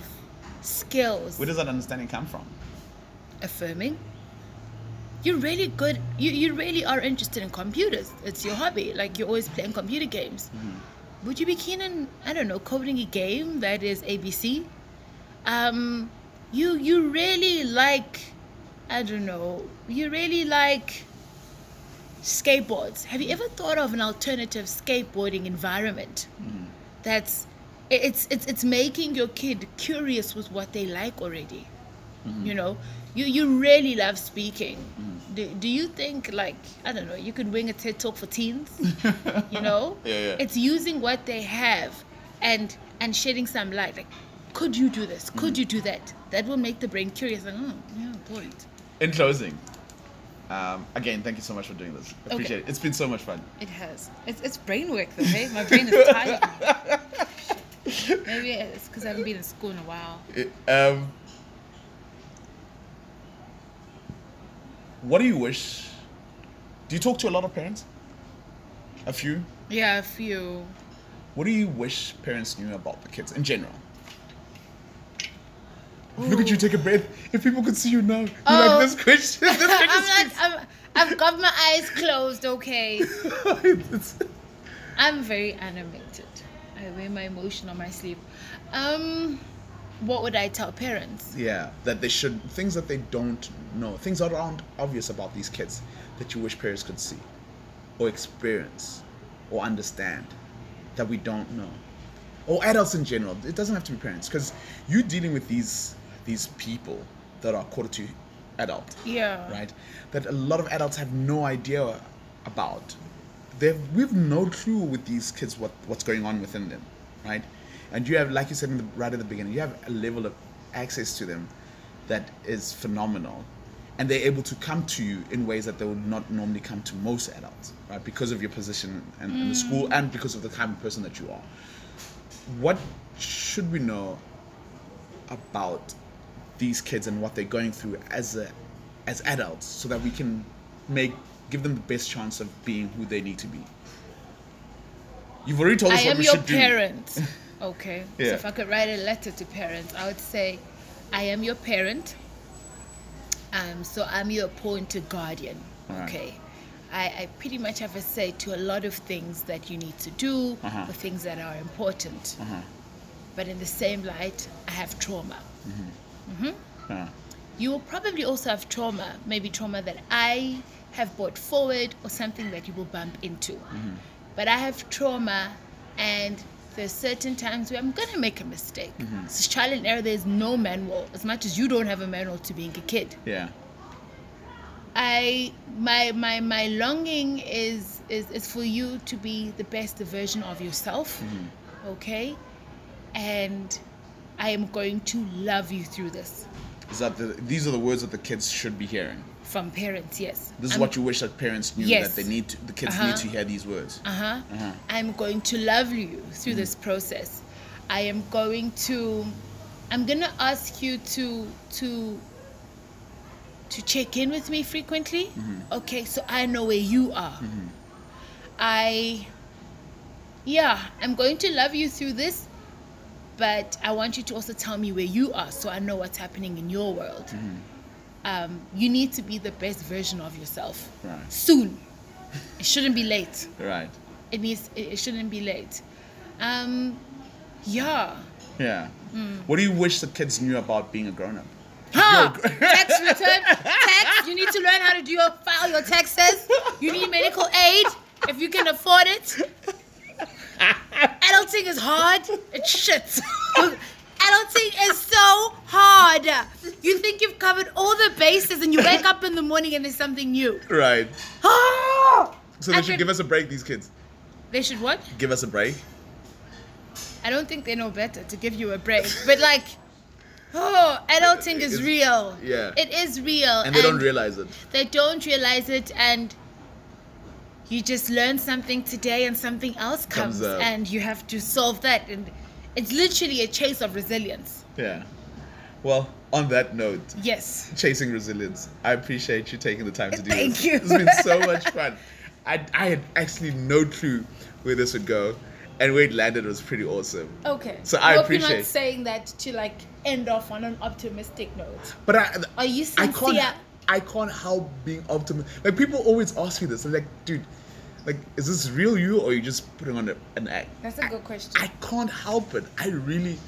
Speaker 2: skills.
Speaker 1: Where does that understanding come from?
Speaker 2: affirming. You're really good. You, you really are interested in computers. It's your hobby. Like you're always playing computer games. Would you be keen on I don't know coding a game that is ABC? Um, you you really like I don't know. You really like skateboards. Have you ever thought of an alternative skateboarding environment? That's it- it's it's it's making your kid curious with what they like already
Speaker 1: Mm.
Speaker 2: you know you you really love speaking do, do you think like i don't know you could wing a ted talk for teens you know
Speaker 1: Yeah, yeah.
Speaker 2: it's using what they have and and shedding some light like could you do this could
Speaker 1: Mm.
Speaker 2: you do that that will make the brain curious and oh yeah point
Speaker 1: In closing, um, again, thank you so much for doing this. I Appreciate it. It's been so much fun.
Speaker 2: it has it's, it's brain work though hey my brain is tired maybe it's because i haven't been in school in a while
Speaker 1: It- um, what do you wish? Do you talk to a lot of parents? A few.
Speaker 2: yeah a few
Speaker 1: What do you wish parents knew about the kids in general? Look at you take a breath. If people could see you now, you're
Speaker 2: Oh.
Speaker 1: like this question. This question
Speaker 2: I'm
Speaker 1: speaks.
Speaker 2: like, I'm, I've got my eyes closed, okay?
Speaker 1: It's-
Speaker 2: I'm very animated. I wear my emotion on my sleeve. Um, what would I tell parents?
Speaker 1: yeah, that they should things that they don't know, things that aren't obvious about these kids that you wish parents could see, or experience, or understand, that we don't know, or adults in general. It doesn't have to be parents because you're dealing with these these people that are quarter to adult.
Speaker 2: Yeah.
Speaker 1: right? That a lot of adults have no idea about. They've, we've no clue with these kids what, what's going on within them, right? And you have, like you said in the, right at the beginning, you have a level of access to them that is phenomenal. And they're able to come to you in ways that they would not normally come to most adults, right? Because of your position and, and the school and because of the kind of person that you are. What should we know about these kids and what they're going through as a as adults so that we can make give them the best chance of being who they need to be you've already told us
Speaker 2: I
Speaker 1: what
Speaker 2: am
Speaker 1: we
Speaker 2: your
Speaker 1: should
Speaker 2: parent. Okay.
Speaker 1: Yeah.
Speaker 2: So if I could write a letter to parents, I would say, I am your parent. Um, so I'm your appointed guardian.
Speaker 1: Alright.
Speaker 2: Okay. I, I pretty much have a say to a lot of things that you need to do,
Speaker 1: Uh-huh.
Speaker 2: the things that are important.
Speaker 1: do uh-huh.
Speaker 2: But in the same light, I have trauma.
Speaker 1: Mm-hmm.
Speaker 2: Mm-hmm.
Speaker 1: yeah.
Speaker 2: You will probably also have trauma, maybe trauma that I have brought forward or something that you will bump into.
Speaker 1: Mm-hmm.
Speaker 2: But I have trauma, and there's certain times where I'm going to make a mistake.
Speaker 1: Mm-hmm.
Speaker 2: It's trial and error, there's no manual, as much as you don't have a manual to being a kid.
Speaker 1: yeah
Speaker 2: I my my my longing is is is for you to be the best version of yourself.
Speaker 1: Mm-hmm.
Speaker 2: Okay? And I am going to love you through this
Speaker 1: is that the, these are the words that the kids should be hearing
Speaker 2: from parents, yes.
Speaker 1: this is
Speaker 2: I'm-
Speaker 1: what you wish that parents knew
Speaker 2: Yes.
Speaker 1: that they need to, the kids
Speaker 2: Uh-huh.
Speaker 1: need to hear these words
Speaker 2: uh-huh,
Speaker 1: Uh-huh. Mm-hmm.
Speaker 2: I'm going to love you through this process. I am going to I'm going to ask you to to to check in with me frequently.
Speaker 1: Mm-hmm.
Speaker 2: Okay, so I know where you are. I yeah, I'm going to love you through this, but I want you to also tell me where you are so I know what's happening in your world.
Speaker 1: Mm-hmm.
Speaker 2: Um, you need to be the best version of yourself
Speaker 1: Right.
Speaker 2: soon. It shouldn't be late
Speaker 1: right
Speaker 2: it needs it, it shouldn't be late um yeah
Speaker 1: yeah
Speaker 2: Hmm.
Speaker 1: what do you wish the kids knew about being a grown-up
Speaker 2: ha! tax return tax you need to learn how to do your file your taxes you need medical aid if you can afford it adulting is hard it's shit adulting is so hard you think you've covered all the bases and you wake up in the morning and there's something new
Speaker 1: right
Speaker 2: Ah!
Speaker 1: so they
Speaker 2: I
Speaker 1: should
Speaker 2: can-
Speaker 1: give us a break these kids
Speaker 2: they should what
Speaker 1: give us a break
Speaker 2: I don't think they know better to give you a break. But like, oh, adulting is
Speaker 1: It's-
Speaker 2: real.
Speaker 1: yeah.
Speaker 2: It is real.
Speaker 1: and they don't realize it
Speaker 2: They don't realize it, and you just learn something today, and something else
Speaker 1: Comes
Speaker 2: comes,
Speaker 1: up.
Speaker 2: and you have to solve that. And it's literally a chase of resilience.
Speaker 1: yeah well on that note
Speaker 2: Yes.
Speaker 1: chasing resilience. I appreciate you taking the time to do
Speaker 2: Thank
Speaker 1: this.
Speaker 2: you.
Speaker 1: It's been so much fun. I, I had actually no clue where this would go, and where it landed was pretty awesome.
Speaker 2: Okay.
Speaker 1: So I
Speaker 2: hope you're
Speaker 1: appreciate-
Speaker 2: not saying that to like end off on an optimistic note.
Speaker 1: But I,
Speaker 2: Are you
Speaker 1: I
Speaker 2: sincere?
Speaker 1: can't, I can't help being optimistic. Like people always ask me this. I'm like, dude, like, is this real you, or are you just putting on a, an act?
Speaker 2: That's a good question.
Speaker 1: I can't help it. I really,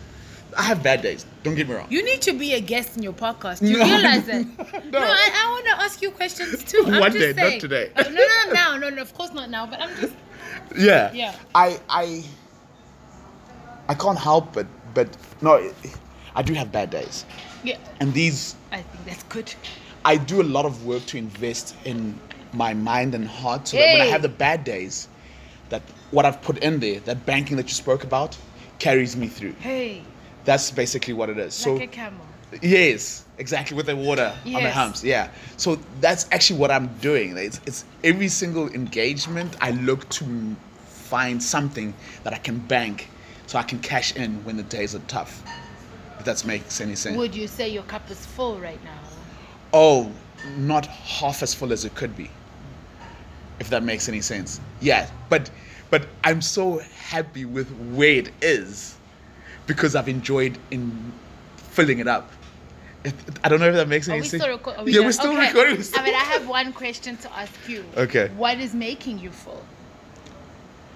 Speaker 1: I have bad days. Don't get me wrong.
Speaker 2: You need to be a guest in your podcast. You
Speaker 1: No.
Speaker 2: realize that?
Speaker 1: No.
Speaker 2: no, I, I want to ask you questions too. I'm
Speaker 1: One
Speaker 2: just
Speaker 1: day, not
Speaker 2: saying.
Speaker 1: today.
Speaker 2: Oh, no, no, now, no, no. Of course not now. But I'm just.
Speaker 1: yeah
Speaker 2: Yeah.
Speaker 1: i i i can't help but but no i do have bad days
Speaker 2: Yeah,
Speaker 1: and these
Speaker 2: I think that's good.
Speaker 1: i do a lot of work to invest in my mind and heart so that when i
Speaker 2: Hey.
Speaker 1: have the bad days that what i've put in there that banking that you spoke about carries me through
Speaker 2: Hey,
Speaker 1: that's basically what it is so
Speaker 2: like a camel.
Speaker 1: Yes, exactly with the water on the
Speaker 2: Yes.
Speaker 1: humps. Yeah. So that's actually what I'm doing. It's, it's every single engagement I look to m- find something that I can bank, so I can cash in when the days are tough. If that makes any sense.
Speaker 2: Would you say your cup is full right now?
Speaker 1: oh, not half as full as it could be. If that makes any sense. Yeah. But but I'm so happy with where it is because I've enjoyed in filling it up. It, I don't know if that makes
Speaker 2: Are
Speaker 1: any
Speaker 2: we
Speaker 1: sense.
Speaker 2: still reco- are we
Speaker 1: yeah,
Speaker 2: done?
Speaker 1: we're still
Speaker 2: Okay.
Speaker 1: recording. We're still
Speaker 2: I mean, I have one question to ask you.
Speaker 1: Okay.
Speaker 2: What is making you full?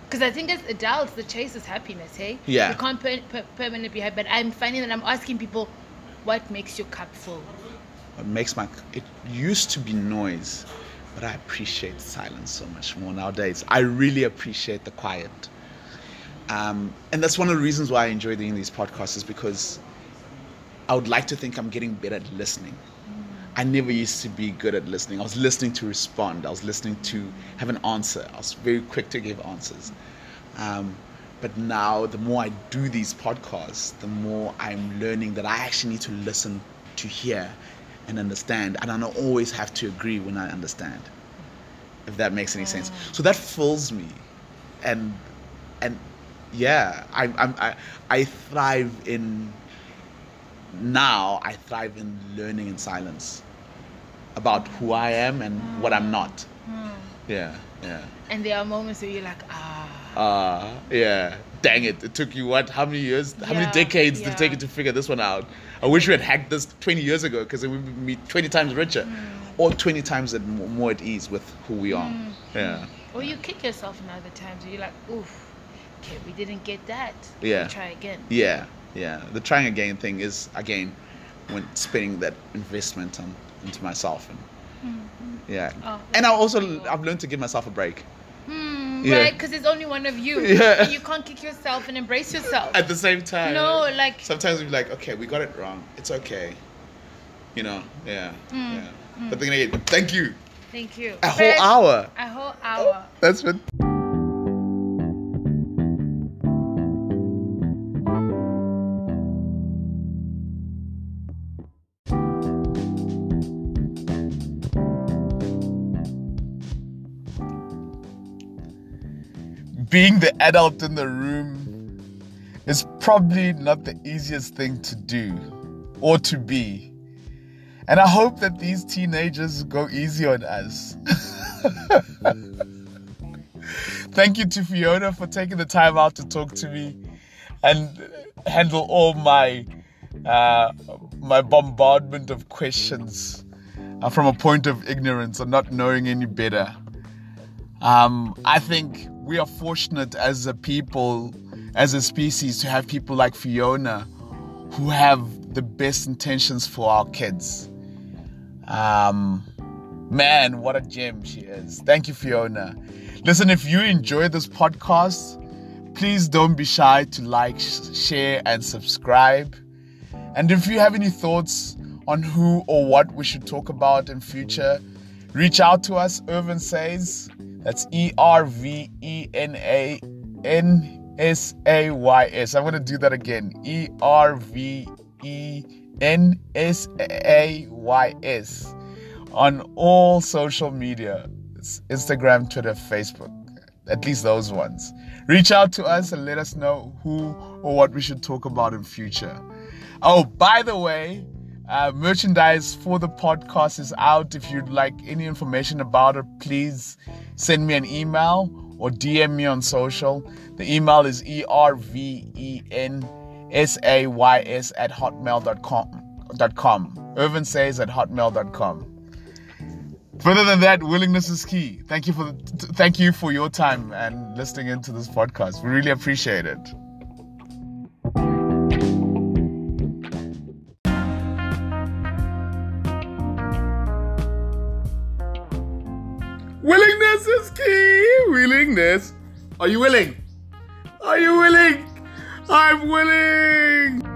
Speaker 2: Because I think as adults, the chase is happiness, hey?
Speaker 1: Yeah.
Speaker 2: You can't per- per- permanently be happy. But I'm finding that I'm asking people, what makes your cup full?
Speaker 1: What makes my it used to be noise, but I appreciate silence so much more nowadays. I really appreciate the quiet, um, and that's one of the reasons why I enjoy doing these podcasts is because I would like to think I'm getting better at listening. I never used to be good at listening. I was listening to respond. I was listening to have an answer. I was very quick to give answers. Um, but now, the more I do these podcasts, the more I'm learning that I actually need to listen to hear and understand. And I don't always have to agree when I understand, if that makes any sense. So that fills me. And, and yeah, I, I'm, I, I thrive in now I thrive in learning in silence about who I am and what I'm not. Yeah, yeah.
Speaker 2: And there are moments where you're like, ah.
Speaker 1: Uh, yeah. Dang it. It took you what? How many years? how many
Speaker 2: Yeah,
Speaker 1: decades did
Speaker 2: yeah.
Speaker 1: it take you to figure this one out? I wish we had hacked this 20 years ago because it would be 20 times richer
Speaker 2: Hmm.
Speaker 1: or 20 times at, mo- more at ease with who we are. Yeah.
Speaker 2: Or you kick yourself in other times where you're like, oof, okay, we didn't get that.
Speaker 1: Yeah.
Speaker 2: We'll try again.
Speaker 1: Yeah, yeah. The trying again thing is again when spending that investment on into myself and yeah.
Speaker 2: Hmm. Oh,
Speaker 1: and I also
Speaker 2: cool.
Speaker 1: I've learned to give myself a break
Speaker 2: Hmm,
Speaker 1: Yeah.
Speaker 2: Right? Because there's only one of you.
Speaker 1: Yeah.
Speaker 2: And you can't kick yourself and embrace yourself.
Speaker 1: at the same time.
Speaker 2: No, like-
Speaker 1: sometimes we're like, okay, we got it wrong. It's okay. You know, yeah, yeah. But then again, thank you.
Speaker 2: Thank you.
Speaker 1: A
Speaker 2: Fresh.
Speaker 1: whole hour.
Speaker 2: A whole hour.
Speaker 1: That's what.
Speaker 3: being the adult in the room is probably not the easiest thing to do or to be. And I hope that these teenagers go easy on us. Thank you to Fiona for taking the time out to talk to me and handle all my uh, my bombardment of questions uh, from a point of ignorance and not knowing any better. Um, I think we are fortunate as a people, as a species, to have people like Fiona who have the best intentions for our kids. Um, man, what a gem she is. Thank you, Fiona. Listen, if you enjoy this podcast, please don't be shy to like, sh- share, and subscribe. And if you have any thoughts on who or what we should talk about in future, reach out to us. Irvin says that's E R V E N A N S A Y S. I'm gonna do that again. E R V E N S A Y S on all social media. It's Instagram, Twitter, Facebook. At least those ones. Reach out to us and let us know who or what we should talk about in future. Oh, by the way, uh, merchandise for the podcast is out. If you'd like any information about it, please send me an email or DM me on social. The email is E R V E N S A Y S at hotmail.com. Dot com. Irvin says at hotmail.com. Further than that, willingness is key. Thank you for t- thank you for your time and listening into this podcast. We really appreciate it.
Speaker 1: Willingness is key. Willingness. Are you willing? Are you willing? I'm willing.